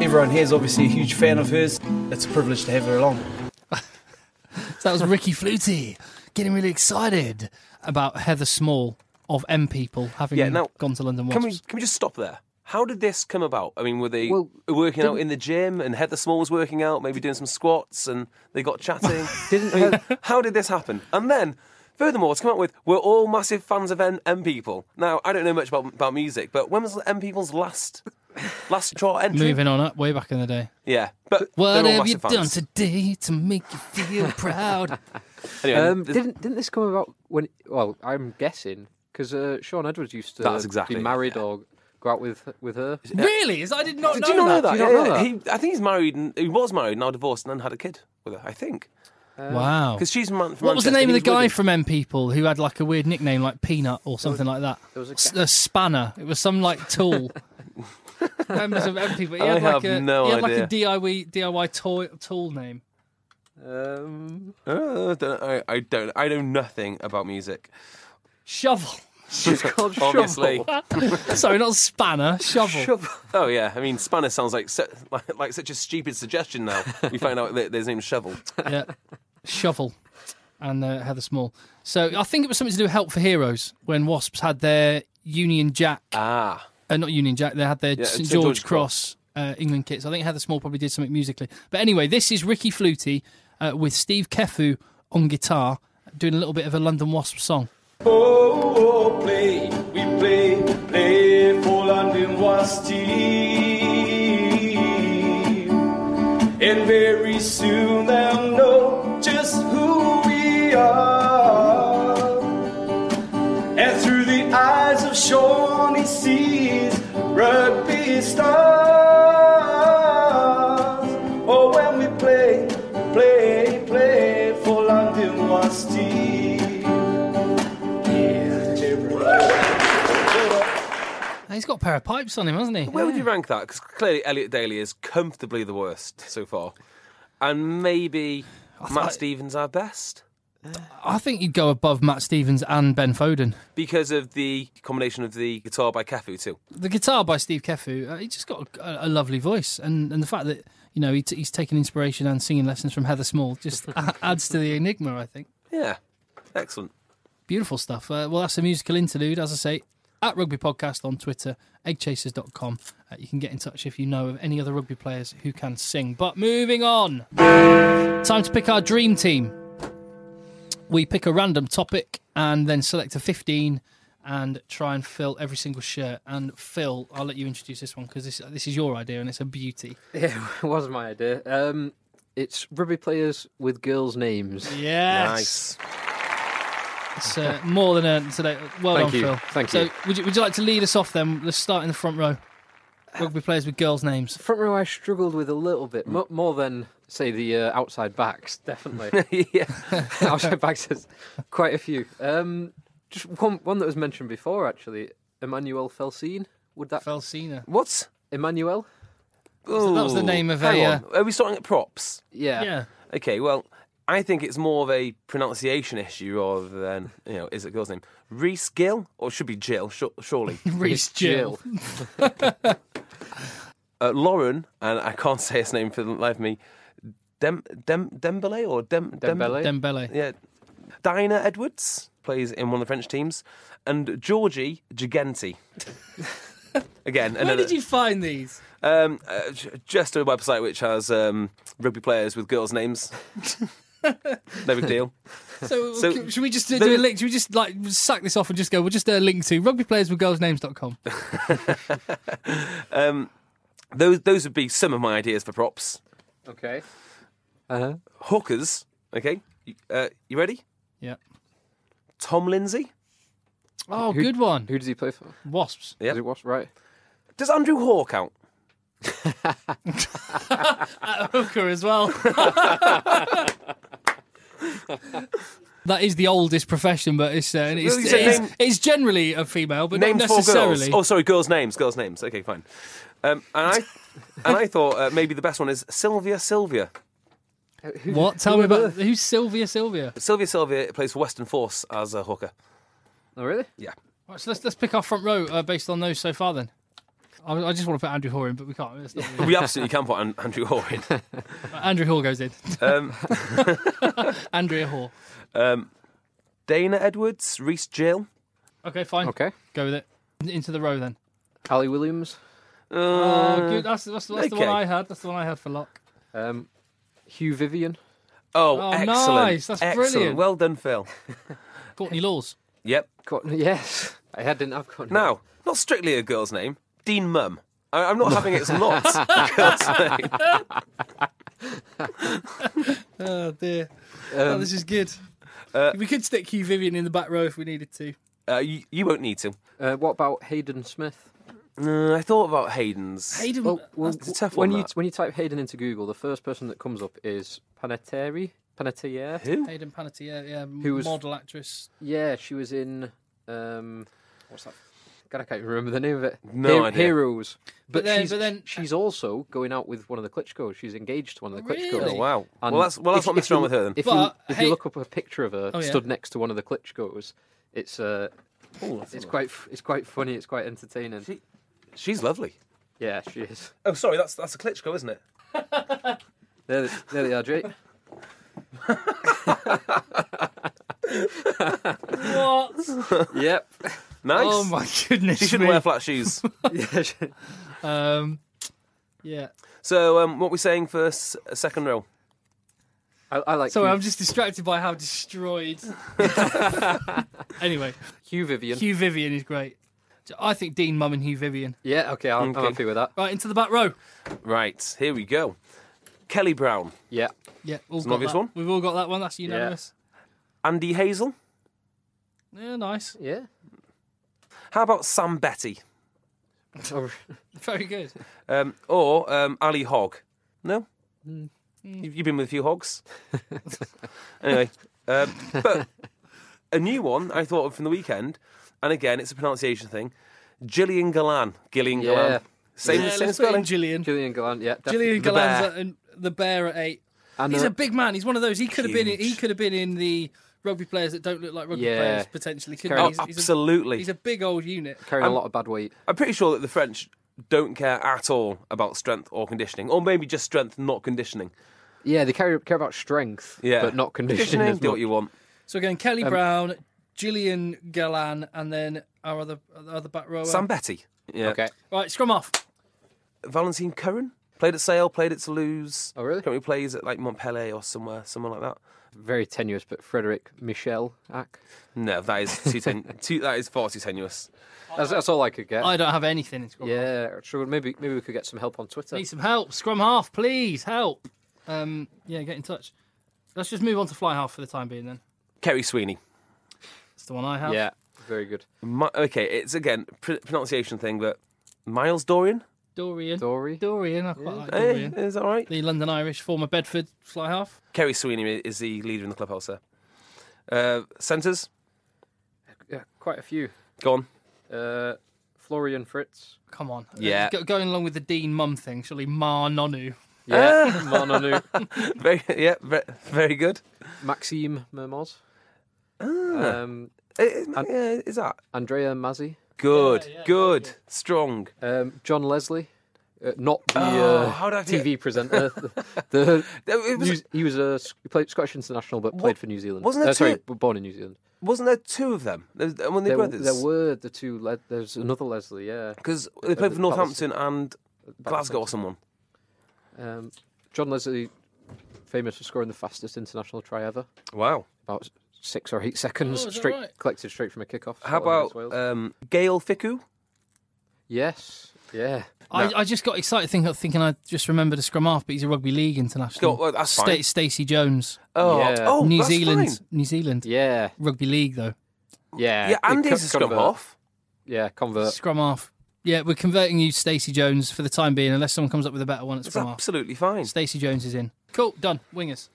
S5: everyone here is obviously a huge fan of hers. It's a privilege to have her along.
S1: So that was Ricky Flutie getting really excited about Heather Small of M People having
S2: Yeah, now,
S1: gone to London
S2: Can
S1: once.
S2: we can we just stop there? How did this come about? I mean, were they
S3: Well,
S2: working out in the gym, and Heather Small was working out, maybe doing some squats, and they got chatting?
S3: Didn't
S2: I mean,
S3: Heath-
S2: how did this happen? And then, furthermore, it's come out with we're all massive fans of M, M people. Now, I don't know much about about music, but when was M people's last last chart entry?
S1: Moving on up, way back in the day.
S2: Yeah, but they're
S1: What
S2: all
S1: have you
S2: massive fans.
S1: done today to make you feel proud?
S2: Anyway,
S3: Um,
S2: this-
S3: didn't didn't this come about when? Well, I'm guessing because uh, Sean Edwards used to
S2: That's exactly it,
S3: be married or go out with with her.
S1: really? Is- I did not
S2: did
S1: know
S2: you not know that?
S3: Do you not
S2: Yeah,
S3: know
S2: yeah.
S3: that?
S2: He, I think he's married. And, he was married, now divorced, and then had a kid with her. I think
S1: Wow.
S2: because she's man, from
S1: What was the
S2: Manchester,
S1: name of
S2: he
S1: the guy
S2: Wigan.
S1: from M People who had like a weird nickname, like Peanut or something like that? It
S3: was a
S1: a, spanner. It was some like tool. Members of M People. He
S2: I
S1: had like
S2: have
S1: a,
S2: no
S1: he had like a
S2: idea.
S1: DIY DIY toy, tool name.
S3: Um,
S2: Uh, I don't- I, I don't. I know nothing about music.
S1: Shovel.
S3: it's called Shovel.
S2: Obviously.
S1: Sorry, not spanner. Shovel.
S3: Shovel.
S2: Oh yeah. I mean, Spanish sounds like, su- like like such a stupid suggestion. Now we find out that his name's Shovel.
S1: Yeah. Shovel. And uh, Heather Small. So I think it was something to do with Help for Heroes when Wasps had their Union Jack
S2: Ah.
S1: uh, not Union Jack. They had their
S2: Yeah,
S1: St
S2: St.
S1: George,
S2: George
S1: Cross, uh, England kits. I think Heather Small probably did something musically. But anyway, this is Ricky Flutie uh, with Steve Kefu on guitar doing a little bit of a London Wasp song.
S6: Oh, play, we play, play for London was team. And very soon they'll know just who we are. And through the eyes of Sean, he sees rugby stars. Oh, when we play, play, play for London was team.
S1: Now, He's got a pair of pipes on him, hasn't he?
S2: Where would you rank that? Because clearly Elliot Daly is comfortably the worst so far, and maybe Matt Stevens our best
S1: I think you'd go above Matt Stevens and Ben Foden.
S2: because of the combination of the guitar by Kefu too.
S1: The guitar by Steve Kefu, uh, he just got a, a lovely voice, and, and the fact that you know he t- he's taken inspiration and singing lessons from Heather Small just a- adds to the enigma. I think.
S2: Yeah. Excellent.
S1: Beautiful stuff. Uh, well, that's a musical interlude, as I say, at Rugby Podcast on Twitter, eggchasers.com. Uh, you can get in touch if you know of any other rugby players who can sing. But moving on, time to pick our dream team. We pick a random topic and then select a 15 and try and fill every single shirt. And Phil, I'll let you introduce this one because this, this is your idea and it's a beauty.
S3: Yeah, it was my idea. Um, it's rugby players with girls' names.
S1: Yes.
S2: Nice.
S1: It's uh, more than earned today. Well
S3: Thank
S1: done,
S3: you.
S1: Phil.
S3: Thank
S1: so
S3: you.
S1: Would, you. would you like to lead us off then? Let's start in the front row. Rugby players with girls' names.
S3: Front row, I struggled with a little bit mo- more than say the uh, outside backs. Definitely,
S2: yeah.
S3: outside backs has quite a few. Um, just one, one that was mentioned before, actually, Emmanuel Felsine. Would that
S1: Felsina.
S2: What?
S3: Emmanuel?
S1: that was the
S2: Ooh,
S1: name of
S2: hang
S1: a, uh,
S2: on. Are we starting at props?
S3: Yeah.
S1: Yeah.
S2: Okay, well, I think it's more of a pronunciation issue rather than, you know, is it a girl's name? Reese Gill? Or it should be Jill, sh- surely.
S1: Reese Jill.
S2: uh, Lauren, and I can't say his name for the life of me, Dem, Dem, Dembele or Dem, Dem-
S3: Dembele.
S1: Dembele.
S2: yeah. Dinah Edwards plays in one of the French teams. And Georgie Gigante. Again,
S1: Where
S2: another,
S1: did you find these?
S2: um, uh, j- just a website which has um, rugby players with girls' names. no big deal.
S1: So,
S2: So-
S1: should we just do,
S2: There-
S1: a link? Should we just like sack this off and just go? We'll just uh, link to rugbyplayerswithgirlsnames.com.
S2: Those those would be some of my ideas for props.
S3: Okay. Uh huh.
S2: Hookers. Okay. You- Uh, you ready?
S1: Yeah.
S2: Tom Lindsay.
S1: Oh,
S3: Who-
S1: good one.
S3: Who does he play for?
S1: Wasps.
S2: Yep.
S3: Is it Wasp? Right.
S2: Does Andrew Hoare count?
S1: Hooker as well. that is the oldest profession, but it's uh, it's,
S2: you said
S1: it's,
S2: name-
S1: it's generally a female, but
S2: Names
S1: not
S2: for girls.
S1: necessarily.
S2: Oh, sorry, girls' names. Girls' names. Okay, fine. Um, and I and I thought uh, maybe the best one is Sylvia Sylvia.
S1: what? Tell me about who's Sylvia Sylvia?
S2: Sylvia Sylvia plays for Western Force as a hooker.
S3: Oh, really?
S2: Yeah.
S1: Right, so let's let's pick our front row uh, based on those so far. Then I, I just want to put Andrew Hoare in, but we can't. It's not really-
S2: We absolutely can put An- Andrew Hoare in.
S1: Andrew Hoare goes in.
S2: Um,
S1: Andrea Hoare.
S2: um, Dana Edwards, Reese Jill.
S1: Okay, fine.
S3: Okay.
S1: Go with it. Into the row then.
S3: Ali Williams.
S1: Uh, good. That's, that's, that's the one
S2: okay.
S1: I had. That's the one I had for lock.
S3: Um, Hugh Vivian.
S2: Oh,
S1: Oh,
S2: excellent.
S1: nice. That's
S2: excellent.
S1: brilliant.
S2: Well done, Phil.
S1: Courtney Laws.
S2: Yep.
S3: Cotton. Yes. I had, didn't have Cotton.
S2: Now, not strictly a girl's name. Dean Mum. I- I'm not having it as not a girl's name.
S1: Oh dear.
S3: Um,
S1: this is good. we could stick Hugh Vivian in the back row if we needed to.
S2: Uh, you, you won't need to.
S3: uh, what about Hayden Smith?
S2: Uh, I thought about Hayden's.
S1: Hayden.
S3: Well, well,
S2: that's a tough
S3: when
S2: one,
S3: you
S2: that.
S3: when you type Hayden into Google, the first person that comes up is Panettiere. Panettiere.
S2: Who?
S1: Hayden Panettiere, yeah,
S3: Who was-
S1: model actress.
S3: Yeah, she was in. Um, what's that? God, I can't even remember the name of it.
S2: No idea.
S3: Heroes. But,
S1: then-
S3: she's,
S1: but then-
S3: she's also going out with one of the Klitschko's. She's engaged to one of the Klitschko's.
S1: Really?
S2: Oh, wow.
S3: And
S2: well, that's, well, that's
S3: if-
S2: what
S3: if
S2: Mr. wrong
S3: you-
S2: with her then.
S3: If,
S1: But,
S3: you, if
S1: hey-
S3: you look up a picture of her
S1: Oh, yeah.
S3: stood next to one of the Klitschko's, it's uh,
S2: Oh,
S3: it's quite f- it's quite funny. It's quite entertaining.
S2: She's lovely.
S3: Yeah, she is.
S2: Oh, sorry, that's that's a Klitschko, isn't it?
S3: There, they- there they are, Jake.
S1: What?
S3: yep.
S2: Nice.
S1: Oh my goodness.
S2: she shouldn't
S1: me.
S2: wear flat shoes.
S3: Yeah, she-
S1: Um, yeah.
S2: so, um, what are we saying for s- second row?
S3: I, I like
S1: Sorry,
S3: Hugh,
S1: I'm just distracted by how destroyed. anyway,
S3: Hugh Vivian.
S1: Hugh Vivian is great. I think Dean Mum and Hugh Vivian.
S3: Yeah, okay, I'm,
S2: Okay.
S3: I'm happy with that.
S1: Right into the back row.
S2: Right, here we go. Kelly Brown,
S3: Yeah,
S1: Yeah, all
S2: an
S1: got
S2: obvious
S1: that.
S2: one.
S1: We've all got that one. That's unanimous.
S2: Andy Hazel.
S1: Yeah, nice.
S3: yeah.
S2: How about Sam Betty?
S3: Oh,
S1: Very good.
S2: Um, or um, Ali Hogg? No?
S1: Mm.
S2: You- You've been with a few hogs. anyway, um, but a new one I thought of from the weekend, and again, it's a pronunciation thing Gillian Galan. Gillian
S3: Yeah.
S2: Galan. Same,
S1: Yeah, let's
S2: same
S1: put in
S2: spelling.
S1: Gillian.
S3: Gillian Gallant. Yeah,
S1: Gillian
S2: The
S1: Galan's
S2: bear.
S1: at- and the bear at eight.
S3: And uh,
S1: He's
S3: the-
S1: a big man. He's one of those. He could have been. In, he
S2: Huge.
S1: could have been in the rugby players that don't look like rugby
S3: Yeah.
S1: players potentially. Could
S2: Oh,
S1: he's, he's, a,
S2: absolutely.
S1: he's a big old unit.
S2: Um,
S3: carrying a lot of bad weight.
S2: I'm pretty sure that the French don't care at all about strength or conditioning, or maybe just strength, not conditioning.
S3: Yeah, they care, care about strength,
S2: Yeah,
S3: but not conditioning.
S2: Conditioning,
S3: as
S2: do what
S3: much.
S2: you want.
S1: So again, Kelly
S2: Um,
S1: Brown, Gillian Galan, and then our other our other back rower.
S2: Sam Betty. Yeah.
S3: Okay.
S1: Right, scrum off.
S2: Valentine Curran played at Sale, played at Toulouse.
S3: Oh, really?
S2: Currently plays at like Montpellier or somewhere, somewhere like that.
S3: Very tenuous, but Frederick Michel Ack.
S2: No, that is too, ten- too that is far too tenuous.
S3: That's, that's all I could get.
S1: I don't have anything in scrum. half.
S3: yeah, sure. Maybe maybe we could get some help on Twitter.
S1: Need some help, scrum half, please help. Um, yeah, get in touch. Let's just move on to fly half for the time being. Then
S2: Kerry Sweeney.
S1: that's the one I have.
S3: Yeah, very good.
S2: Mi- okay, it's again pr- pronunciation thing, but Miles Dorian.
S1: Dorian.
S3: Dory.
S1: Dorian. I quite like
S2: Hey,
S1: Dorian.
S2: is that right?
S1: The London Irish, former Bedford fly half.
S2: Kerry Sweeney is the leader in the clubhouse there. Uh, centres,
S3: Yeah, quite a few.
S2: go on.
S3: Uh, Florian Fritz.
S1: Come on. Uh,
S2: Yeah.
S1: Go- going along with the Dean Mum thing, surely Ma Nonu.
S2: Ah.
S3: Yeah, Manonu.
S2: Very, yeah, ve- very good.
S3: Maxime Mermoz. Um,
S2: Uh, uh, yeah, is that
S3: Andrea Mazzi.
S2: good? good, strong.
S3: Um, John Leslie. Uh, not the
S2: Oh,
S3: uh,
S2: how did I forget-
S3: TV presenter. the, the
S2: It was,
S3: New- he was a Sc- he played Scottish international, but played for New Zealand.
S2: wasn't there
S3: Uh, sorry,
S2: two-
S3: b- born in New Zealand.
S2: wasn't there two of them? There was, when they
S3: There,
S2: brothers,
S3: there were the two. Le- there's another Leslie. Yeah,
S2: because they played for
S3: the
S2: Northampton and Glasgow or someone.
S3: um, John Leslie, famous for scoring the fastest international try ever,
S2: Wow.
S3: about six or eight
S1: Oh, is
S3: seconds
S1: that
S3: straight
S1: right?
S3: collected straight from a kickoff.
S2: How uh, um,
S3: Scotland against
S2: about
S3: Wales.
S2: um, Gail Ficku?
S3: yes, yeah,
S1: I, I just got excited thinking, thinking I just remembered a scrum half, but he's a rugby league international.
S2: Go- well, that's fine.
S1: Stacey Jones,
S2: Oh,
S3: Yeah.
S2: oh
S1: New
S2: that's
S1: Zealand,
S2: fine.
S1: New Zealand
S3: Yeah,
S1: rugby league though.
S3: yeah.
S2: Yeah,
S3: They
S2: Andy's
S3: co-
S2: a scrum
S3: convert.
S2: half.
S3: Yeah, convert.
S1: Scrum half. Yeah, we're converting you, Stacey Jones, for the time being, unless someone comes up with a better one at
S2: It's
S3: Oh.
S1: scrum half.
S2: absolutely fine.
S1: Stacey Jones is in. Cool, done. Wingers.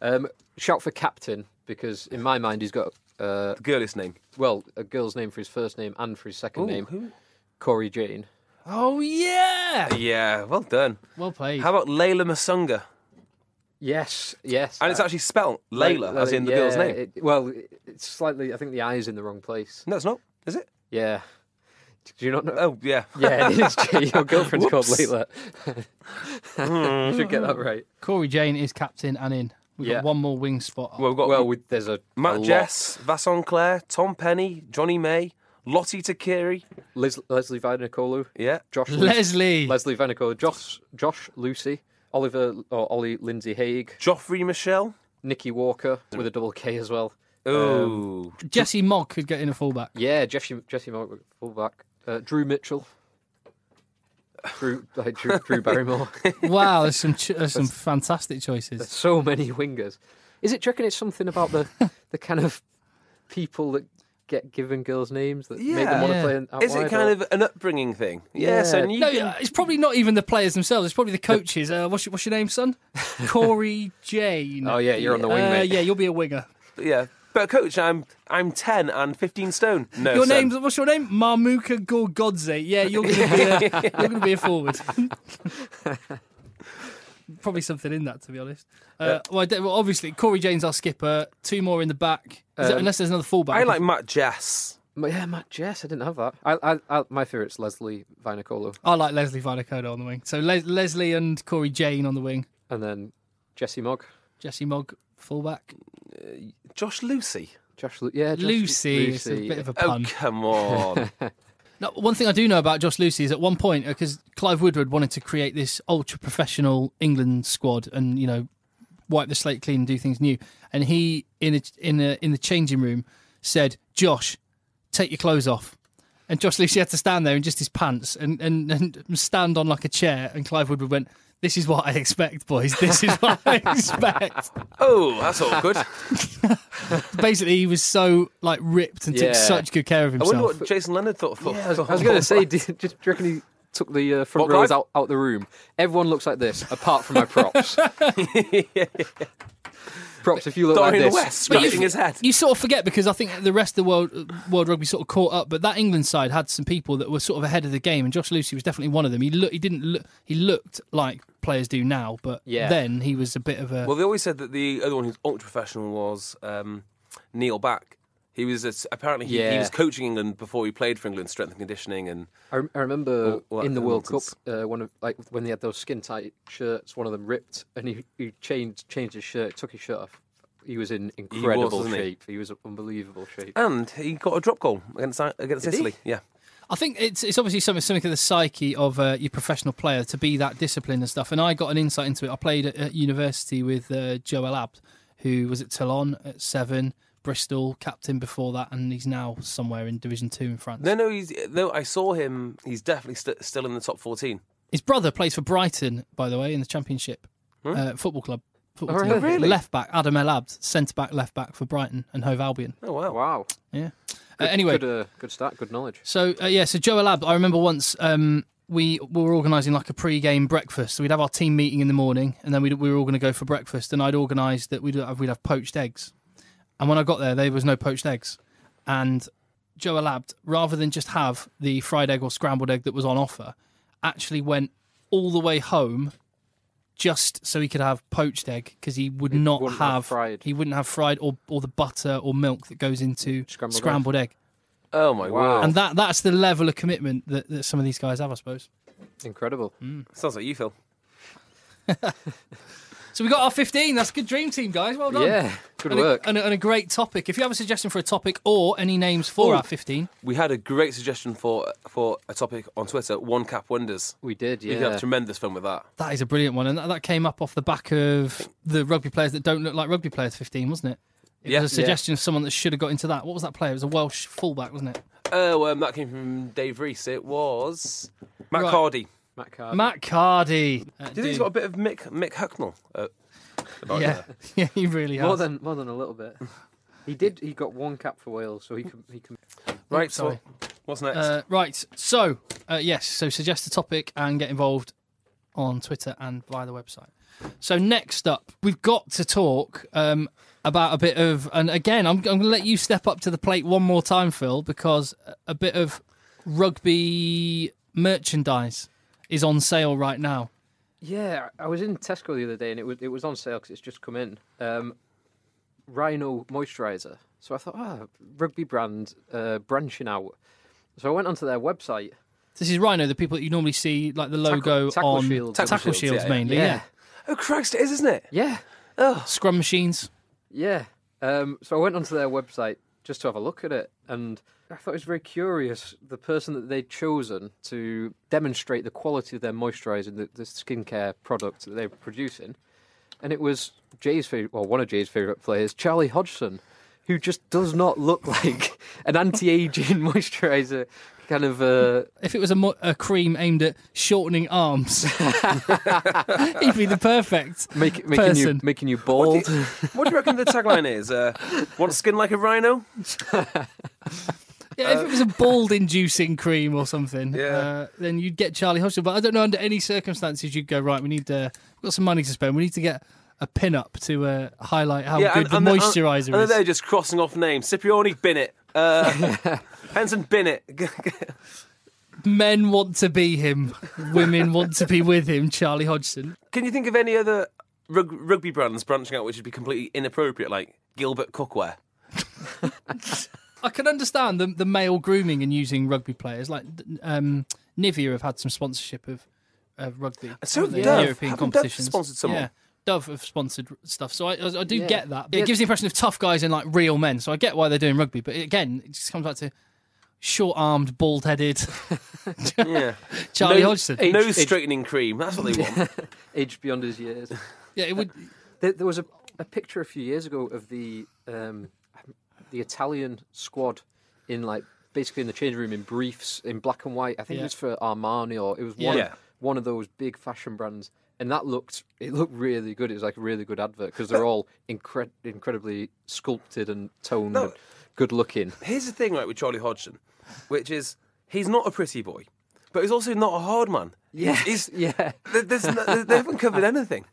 S3: Um, shout for captain because in my mind he's got uh,
S2: The girliest name.
S3: well a girl's name for his first name and for his second
S2: Ooh,
S3: name,
S2: who-
S3: Corey Jane.
S1: Oh yeah,
S2: Yeah, well done.
S1: well played.
S2: How about Layla Masunga?
S3: Yes, yes.
S2: And it's
S3: uh,
S2: actually spelt Layla, as in the girl's
S3: yeah,
S2: name.
S3: it- well, it- it's slightly. I think the eye is in the wrong place.
S2: No, it's not. Is it?
S3: Yeah. Do you not know?
S2: Oh, yeah.
S3: Yeah, it is. Jay. Your girlfriend's called
S2: Whoops. Hmm.
S3: Leila. Should get that right.
S1: Corey Jane is captain and in. We've
S3: Yeah.
S1: got one more wing spot.
S2: Well, we've got
S3: Well, we, there's a a
S2: Matt
S3: lot.
S2: Jess, Vasson Clare, Tom Penny, Johnny May, Lottie Takiri.
S3: Liz, Leslie Vanicolu,
S2: Yeah.
S3: Josh Lu-
S1: Leslie.
S3: Leslie Vanicolu, Josh Josh Lucy, Oliver or Ollie Lindsay Haig,
S2: Joffrey Michelle.
S3: Nikki Walker with a double K as well.
S2: Um, Ooh.
S1: Jesse Mogg could get in a fullback.
S3: Yeah, Jesse Jesse Mark fullback, uh, Drew Mitchell, Drew like, Drew, Drew Barrymore.
S1: Wow, there's some ch- there's some fantastic choices.
S3: so many wingers. Is it do you reckon it's something about the the kind of people that get given girls names that make them
S2: Yeah.
S3: want to
S1: Yeah.
S3: play? an- Out
S2: Is it
S3: wide,
S2: kind
S3: or-
S2: of an upbringing thing? Yeah,
S3: Yeah.
S2: so you
S1: No,
S2: can-
S1: yeah, it's probably not even the players themselves. It's probably the coaches. Uh, what's, your, what's your name, son? Corey Jane.
S3: Oh yeah, you're on the wing,
S1: Uh,
S3: mate.
S1: yeah, you'll be a winger.
S2: yeah. But coach, I'm I'm 10 and 15 stone. No.
S1: Your
S2: son.
S1: name's what's your name? Marmuka Gorgodze. Yeah, you're gonna be a, you're gonna be a forward. Probably something in that, to be honest. Uh, well, I don't- well, obviously Corey Jane's our skipper. Two more in the back, Is it-
S3: Um,
S1: unless there's another fullback.
S2: I like Matt Jess.
S3: But yeah, Matt Jess. I didn't have that. I, I, I my favourite's Leslie Vinacolo,
S1: I like Leslie Vanacoda on the wing. So Les- Leslie and Corey Jane on the wing.
S3: and then Jesse Mogg,
S1: Jesse Mogg fullback.
S2: Josh Lucy.
S3: Josh. Lu- yeah, Josh Lu-
S1: Lucy, it's a
S3: Lucy,
S1: bit of a
S2: Oh,
S1: pun.
S2: come on.
S1: Now, one thing I do know about Josh Lucy is at one point, because Clive Woodward wanted to create this ultra professional England squad and, you know, wipe the slate clean and do things new. And he, in, a, in, a, in the changing room, said, Josh, take your clothes off. And Josh Lucy had to stand there in just his pants and, and, and stand on like a chair. And Clive Woodward went, This is what I expect, boys. This is what I expect.
S2: oh, that's all good.
S1: Basically, he was so like ripped and
S3: Yeah.
S1: took such good care of
S2: I wonder
S1: himself.
S2: what Jason Leonard thought.
S3: Yeah, I was, going
S1: Oh.
S3: to say, do, you- do you reckon he took the uh, front
S2: What,
S3: rows
S2: guys?
S3: out, out the room? Everyone looks like this, apart from my props. props, if you look
S2: Dorian
S3: like this.
S2: West
S1: But you-
S2: scratching his head.
S1: You sort of forget because I think the rest of the world world rugby sort of caught up, but that England side had some people that were sort of ahead of the game, and Josh Lucy was definitely one of them. He look, he didn't look, he looked like players do now, but
S3: Yeah.
S1: then he was a bit of a
S2: Well, they always said that the other one who's ultra professional was um, Neil Back. He was a, apparently he, he
S3: Yeah.
S2: was coaching England before he played for England, strength and conditioning, and
S3: I, rem- I remember
S2: Well,
S3: in the
S2: that
S3: World Cup,
S2: nonsense.
S3: uh, one of like when they had those skin tight shirts, one of them ripped, and he, he changed changed his shirt, took his shirt off. He was in incredible
S2: wasn't he?
S3: shape. He? was unbelievable shape.
S1: Uh,
S2: and he got a drop goal against uh, against
S3: Did he?
S2: Italy. Yeah,
S1: I think it's it's obviously something something of the psyche of uh, your professional player to be that disciplined and stuff. And I got an insight into it. I played at, at university with uh, Joel Abt, who was at Toulon at seven, Bristol captain before that, and he's now somewhere in Division Two in France.
S2: no, no, he's no. I saw him. He's definitely st- still in the top fourteen.
S1: His brother plays for Brighton, by the way, in the Championship uh, football club. Football
S3: Oh,
S1: team.
S2: really?
S1: Left back Adam El Abd, centre back, left back for Brighton and Hove Albion.
S2: Oh wow,
S3: Wow.
S1: Yeah. Uh, anyway,
S3: good, uh, good start, good knowledge.
S1: so uh, yeah, so Joe Lab, I remember once um, we were organising like a pre-game breakfast. So we'd have our team meeting in the morning, and then we'd, we were all going to go for breakfast. And I'd organised that we'd have, we'd have poached eggs. And when I got there, there was no poached eggs. And Joe Labbed, rather than just have the fried egg or scrambled egg that was on offer, actually went all the way home just so he could have poached egg because he would not
S3: wouldn't have
S1: have
S3: fried.
S1: he wouldn't have fried or, or the butter or milk that goes into
S3: Scrambled
S1: scrambled,
S3: egg.
S1: egg.
S2: oh my
S3: Wow.
S2: wow.
S1: And that that's the level of commitment that, that some of these guys have, I suppose.
S3: Incredible.
S1: Mm.
S2: Sounds like you, Phil.
S1: So we got our 15. That's a good dream team, guys. Well done.
S3: Yeah, good
S1: And a,
S3: work.
S1: and, a, and a great topic. If you have a suggestion for a topic or any names for
S2: Ooh.
S1: our 15,
S2: We had a great suggestion for for a topic on Twitter. One cap wonders.
S3: We did,
S2: You can
S3: yeah.
S2: have tremendous fun with that.
S1: that is a brilliant one. And that, that came up off the back of the rugby players that don't look like rugby players 15, wasn't it? It
S2: Yeah.
S1: was a suggestion of someone that should have got into that. What was that player? It was a Welsh fullback, wasn't it?
S2: Oh, um, that came from Dave Reese. It was Matt
S1: Right.
S2: Cardy.
S3: Matt Carter.
S1: Matt Cardy. Uh,
S2: Do you think he's got a bit of Mick Mick Hucknall? Uh, about
S1: yeah, yeah, he really has.
S3: more than more than a little bit. He did. He got one cap for Wales, so he can he can
S2: Right,
S1: Oops,
S2: so
S1: sorry.
S2: what's next?
S1: Uh, right. So, uh, yes. So, suggest a topic and get involved on Twitter and via the website. So, next up, we've got to talk um, about a bit of, and again, I'm, I'm going to let you step up to the plate one more time, Phil, because a bit of rugby merchandise is on sale right now.
S3: Yeah, I was in Tesco the other day and it was it was on sale because it's just come in. Um, Rhino moisturizer. So I thought, ah, rugby brand uh, branching out. So I went onto their website.
S1: This is Rhino, the people that you normally see, like the logo
S3: Tackle
S1: on
S3: Shields.
S1: tackle,
S2: Tackle
S1: shields,
S2: Shields, yeah, yeah.
S1: mainly, yeah.
S2: oh Christ, it is, isn't it?
S3: yeah,
S1: Scrum machines.
S3: yeah. Um, so I went onto their website just to have a look at it, and I thought it was very curious. The person that they'd chosen to demonstrate the quality of their moisturizer, the, the skincare product that they were producing, and it was Jay's favorite, well, one of Jay's favorite players, Charlie Hodgson, who just does not look like an anti-aging moisturizer kind of. Uh,
S1: If it was a, mo- a cream aimed at shortening arms, he'd be the perfect
S3: Make, making
S1: person.
S3: you making you bald.
S2: What do you reckon the tagline is? Uh, Want skin like a rhino?
S1: Yeah, if it was a bald-inducing cream or something, uh, then you'd get Charlie Hodgson. But I don't know under any circumstances you'd go right. We need uh, we've got some money to spend. We need to get a pin-up to uh, highlight how good the
S2: they're-
S1: moisturiser
S2: and then
S1: is.
S2: they're just crossing off names. Cipriani Binnett, uh, Henson Binnett.
S1: Men want to be him. Women want to be with him. Charlie Hodgson.
S2: Can you think of any other rug- rugby brands branching out which would be completely inappropriate, like Gilbert Cookware?
S1: I can understand the the male grooming and using rugby players like um, Nivea have had some sponsorship of of rugby.
S2: So
S1: haven't they, in
S2: Dove.
S1: European
S2: Haven't Dove
S1: competitions
S2: sponsored someone?
S1: Yeah. Dove have sponsored stuff, so I, I, I do
S3: Yeah.
S1: get that. It
S3: Yeah.
S1: gives the impression of tough guys and like real men, so I get why they're doing rugby. But again, it just comes back to short-armed, bald-headed
S2: Yeah.
S1: Charlie
S2: no,
S1: Hodgson.
S2: No
S3: H- H-
S2: straightening cream. That's what they want.
S3: Aged beyond his years.
S1: Yeah, it would.
S3: There, there was a, a picture a few years ago of the um, the Italian squad in like basically in the change room in briefs in black and white. I think
S1: Yeah.
S3: it was for Armani or it was one
S2: Yeah.
S3: of, one of those big fashion brands, and that looked it looked really good. It was like a really good advert because they're all incre- incredibly sculpted and toned,
S2: No.
S3: and good looking.
S2: Here's the thing, right, with Charlie Hodgson, which is he's not a pretty boy, but he's also not a hard man.
S3: Yes,
S2: He's,
S3: yeah.
S2: Th- There's no, they haven't covered anything.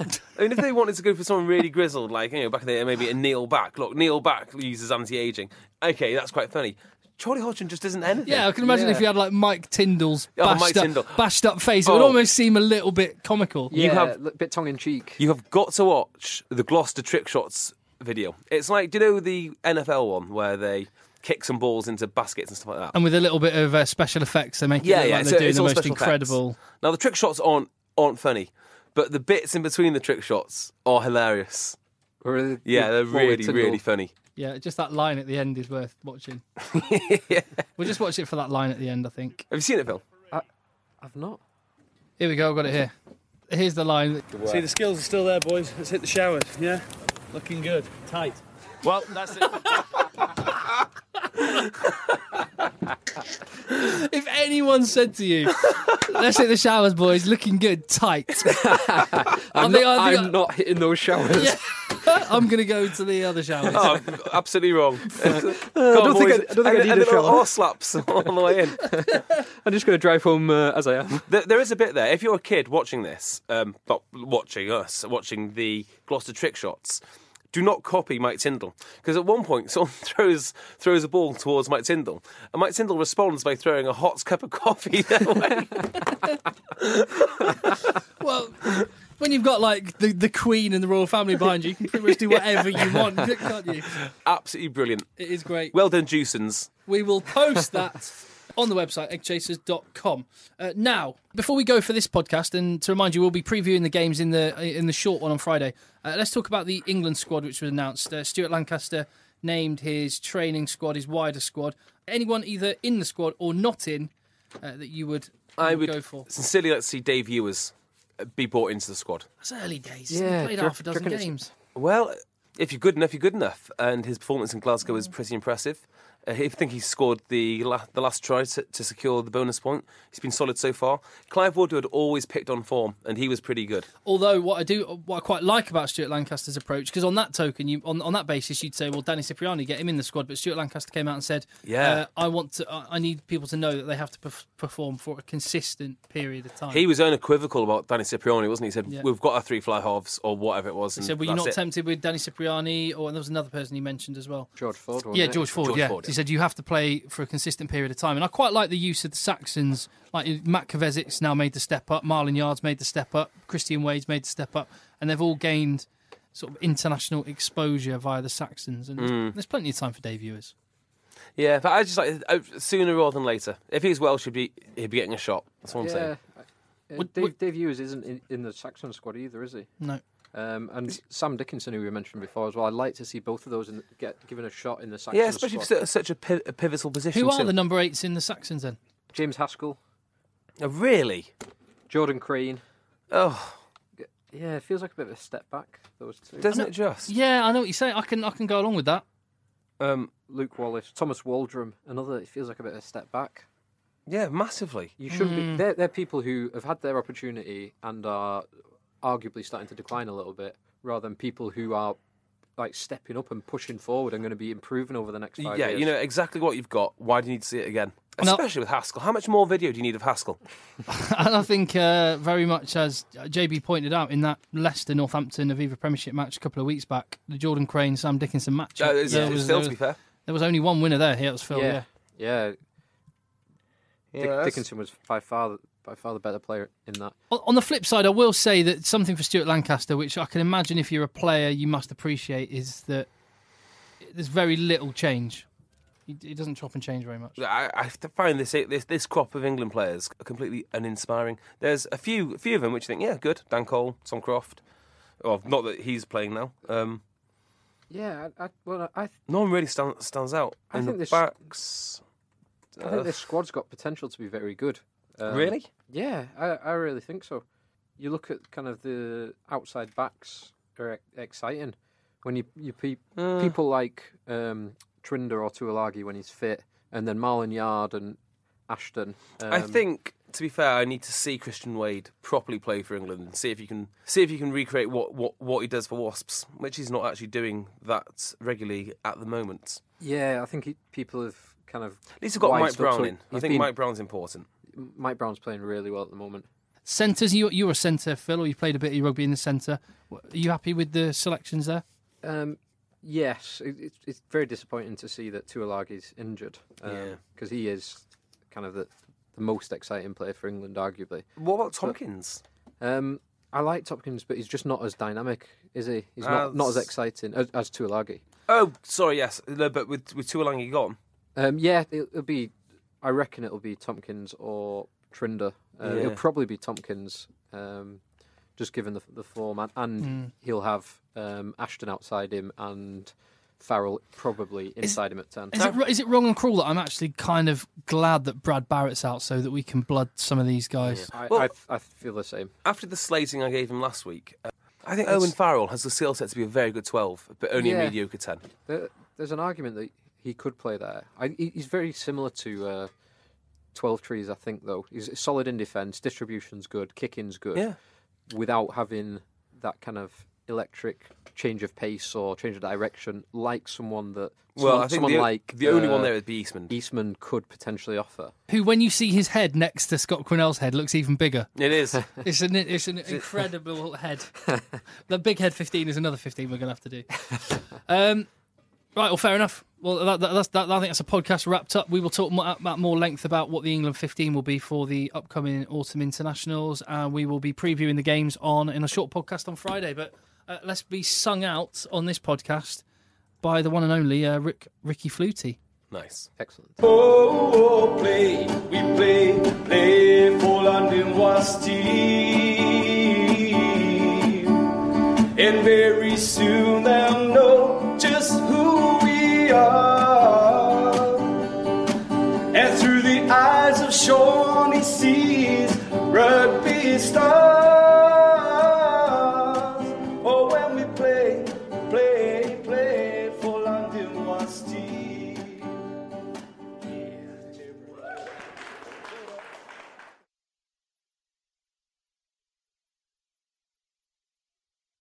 S2: I mean, if they wanted to go for someone really grizzled, like you know, back in the day, maybe a Neil Back. Look, Neil Back uses anti-aging. Okay, that's quite funny. Charlie Hodgson just isn't anything.
S1: Yeah, I can imagine if
S3: Yeah.
S1: you had like Mike Tyndall's
S2: Oh,
S1: bashed,
S2: Mike
S1: up,
S2: Tyndall.
S1: bashed up face. It would
S2: Oh.
S1: almost seem a little bit comical.
S3: Yeah,
S2: have-
S3: look, bit tongue in cheek.
S2: you have got to watch the Gloucester trick shots video. It's like, do you know the NFL one where they kick some balls into baskets and stuff like that?
S1: and with a little bit of uh, special effects, they make it look like
S2: so
S1: they're doing
S2: it's
S1: the
S2: all
S1: most
S2: special effects.
S1: incredible.
S2: Now the trick shots aren't aren't funny, but the bits in between the trick shots are hilarious.
S3: Or the-
S2: Yeah, they're
S3: the- Mm. what we
S2: really
S3: Tyndall-
S2: really funny.
S1: Yeah, just that line at the end is worth watching. We'll just watch it for that line at the end, I think.
S2: Have you seen it, Phil?
S3: I've not.
S1: Here we go, I've got it here. Here's the line.
S7: See, the skills are still there, boys. Let's hit the showers, yeah? Looking good. Tight. Well, that's it.
S1: If anyone said to you, let's hit the showers, boys, looking good, tight.
S3: I'm,
S1: think-
S3: not,
S1: I think
S3: I'm
S1: I-
S3: not hitting those showers.
S1: I'm going to go to the other showers.
S2: Oh, absolutely wrong.
S3: I don't think I, I don't think I need a shower.
S2: Horse slaps on the way in.
S3: I'm just going to drive home uh, as I am.
S2: There, there is a bit there. If you're a kid watching this, um, not watching us, watching the Gloucester trick shots, do not copy Mike Tyndall because at one point someone throws throws a ball towards Mike Tyndall, and Mike Tyndall responds by throwing a hot cup of coffee their way.
S1: Well, when you've got like the, the Queen and the royal family behind you, you can pretty much do whatever you want, can't you?
S2: Absolutely brilliant.
S1: It is great.
S2: Well done, Juicens.
S1: We will post that on the website, eggchasers.com. Uh, now, before we go for this podcast, and to remind you, we'll be previewing the games in the in the short one on Friday. Uh, let's talk about the England squad, which was announced. Uh, Stuart Lancaster named his training squad, his wider squad. Anyone either in the squad or not in uh, that you would,
S2: I would
S1: go for.
S2: sincerely like to see Dave Ewers uh, be brought into the squad.
S1: It's early days.
S3: Yeah,
S1: he played
S3: do you
S1: half a
S3: reckon- do you
S1: dozen
S3: reckon it's-
S1: games.
S2: Well, if you're good enough, you're good enough, and his performance in Glasgow was pretty impressive. Uh, I think he scored the la- the last try to, to secure the bonus point. He's been solid so far. Clive Woodward always picked on form, and he was pretty good.
S1: Although what I do, what I quite like about Stuart Lancaster's approach, because on that token, you on, on that basis, you'd say, well, Danny Cipriani get him in the squad, but Stuart Lancaster came out and said,
S2: Yeah.
S1: uh, I want to, I I need people to know that they have to perf- perform for a consistent period of time.
S2: He was unequivocal about Danny Cipriani, wasn't he? He said,
S1: Yeah.
S2: "We've got our three fly halves, or whatever it was."
S1: He
S2: and
S1: said, were you
S2: that's
S1: not
S2: it."
S1: tempted with Danny Cipriani, or and there was another person he mentioned as well.
S3: George Ford. wasn't
S1: Yeah,
S3: it?
S1: George Ford.
S2: George
S1: yeah,
S2: Ford,
S1: he
S2: yeah.
S1: said you have to play for a consistent period of time, and I quite like the use of the Saxons. Like Matt Kvezick's now made the step up, Marlon Yards made the step up, Christian Wade's made the step up, and they've all gained sort of international exposure via the Saxons. And
S2: Hmm.
S1: there's plenty of time for day viewers.
S2: Yeah, but I just like I- sooner rather than later. If he's Welsh, he'd be he'd be getting a shot. That's what I'm
S3: Yeah.
S2: saying.
S3: Uh,
S1: Would-
S3: Dave,
S1: would-
S3: Dave Hughes isn't in, in the Saxon squad either, is he?
S1: No,
S3: Um, and Sam Dickinson, who we mentioned before as well. I'd like to see both of those in, get given a shot in the Saxon
S2: Yeah, especially for
S3: squad.
S2: su- such a, pi- a pivotal position.
S1: who are
S2: too.
S1: the number eights in the Saxons then?
S3: James Haskell,
S2: Oh, really?
S3: Jordan Crane.
S2: Oh,
S3: Yeah, it feels like a bit of a step back. Those two.
S2: doesn't it just?
S1: Yeah, I know what you say. I can I can go along with that.
S2: Um,
S3: Luke Wallace, Thomas Waldrum, another. It feels like a bit of a step back.
S2: yeah, massively.
S3: You shouldn't
S2: Mm.
S3: be. They're, they're people who have had their opportunity and are arguably starting to decline a little bit, rather than people who are like stepping up and pushing forward and going to be improving over the next five
S2: yeah,
S3: years.
S2: you know exactly what you've got. Why do you need to see it again?
S1: No.
S2: Especially with Haskell. How much more video do you need of Haskell?
S1: And I think uh, very much as JB pointed out in that Leicester Northampton Aviva Premiership match a couple of weeks back, the Jordan Crane Sam Dickinson match.
S2: Uh, it's,
S1: there
S2: it's
S1: was-
S2: still,
S1: there was-
S2: to be fair.
S1: There was only one winner there. Here it was Phil. Yeah.
S3: Oh, yeah, yeah. Dick-
S2: that's-
S3: Dickinson was by far the- by far the better player in that.
S1: On on the flip side, I will say that something for Stuart Lancaster, which I can imagine if you're a player, you must appreciate, is that there's very little change. He, he doesn't chop and change very much.
S2: I, I have to find this, this this crop of England players completely uninspiring. There's a few a few of them which you think, yeah, good. Dan Cole, Tom Croft. Well, not that he's playing now. Um,
S3: Yeah, I, I, well, I,
S2: no one really stand, stands out.
S3: I
S2: in
S3: think
S2: the
S3: this-
S2: backs.
S3: I think this squad's got potential to be very good. Um,
S2: really?
S3: Yeah, I, I really think so. You look at kind of the outside backs are ex- exciting when you you peep, people like um, Trinder or Tuolagi when he's fit, and then Marlon Yard and Ashton. Um,
S2: I think, to be fair, I need to see Christian Wade properly play for England and see if you can see if you can recreate what, what, what he does for Wasps, which he's not actually doing that regularly at the moment.
S3: yeah, I think he, people have kind of
S2: At least I've got
S3: wised
S2: Mike
S3: up
S2: Brown
S3: to it.
S2: in. I
S3: He's
S2: think
S3: been-
S2: Mike Brown's important.
S3: Mike Brown's playing really well at the moment.
S1: Centres, you, you're a centre, Phil, or you played a bit of your rugby in the centre. Are you happy with the selections there?
S3: Um, yes, it, it's it's very disappointing to see that Tuolagi's injured
S2: Yeah.
S3: because he is kind of the, the most exciting player for England, arguably.
S2: What about Tompkins?
S3: Um, I like Topkins, but he's just not as dynamic, is he? He's not, not as
S2: As-
S3: exciting as, as Tuolagi.
S2: Oh, sorry, yes, no, but with with Tuolangi gone,
S3: Um, yeah, it'll, it'll be. I reckon it'll be Tompkins or Trinder. Uh, It'll
S2: Yeah.
S3: probably be Tompkins, um, just given the the form, and, and
S1: Hmm.
S3: he'll have um, Ashton outside him and Farrell probably inside him at ten.
S1: Is it, is it wrong and cruel that I'm actually kind of glad that Brad Barrett's out so that we can blood some of these guys?
S3: I,
S2: Well-
S3: I, I feel the same.
S2: after the slating I gave him last week. uh, I think Owen Farrell has the skill set to be a very good 12, but only
S3: Yeah.
S2: a mediocre 10.
S3: There, there's an argument that he could play there. I, he- he's very similar to uh, Twelve Trees, I think. Though he's solid in defence, distribution's good, kicking's good.
S2: Yeah.
S3: Without having that kind of electric change of pace or change of direction, like someone that
S2: Well,
S3: someone,
S2: I think
S3: someone
S2: the,
S3: like
S2: the only one
S3: uh,
S2: there would be Eastman.
S3: Eastman could potentially offer.
S1: Who, when you see his head next to Scott Quinnell's head, looks even bigger.
S2: It is.
S1: It's an it's an incredible head. The big head fifteen is another fifteen we're going to have to do. Um, right, well, fair enough. Well, that, that, that's, that, I think that's a podcast wrapped up. We will talk more, at more length about what the England fifteen will be for the upcoming autumn internationals, and we will be previewing the games on in a short podcast on Friday. But uh, let's be sung out on this podcast by the one and only uh, Rick Ricky Flutie.
S2: nice.
S3: Excellent.
S6: Oh, oh, play, we play, play for London was team. And very soon they'll know Oh,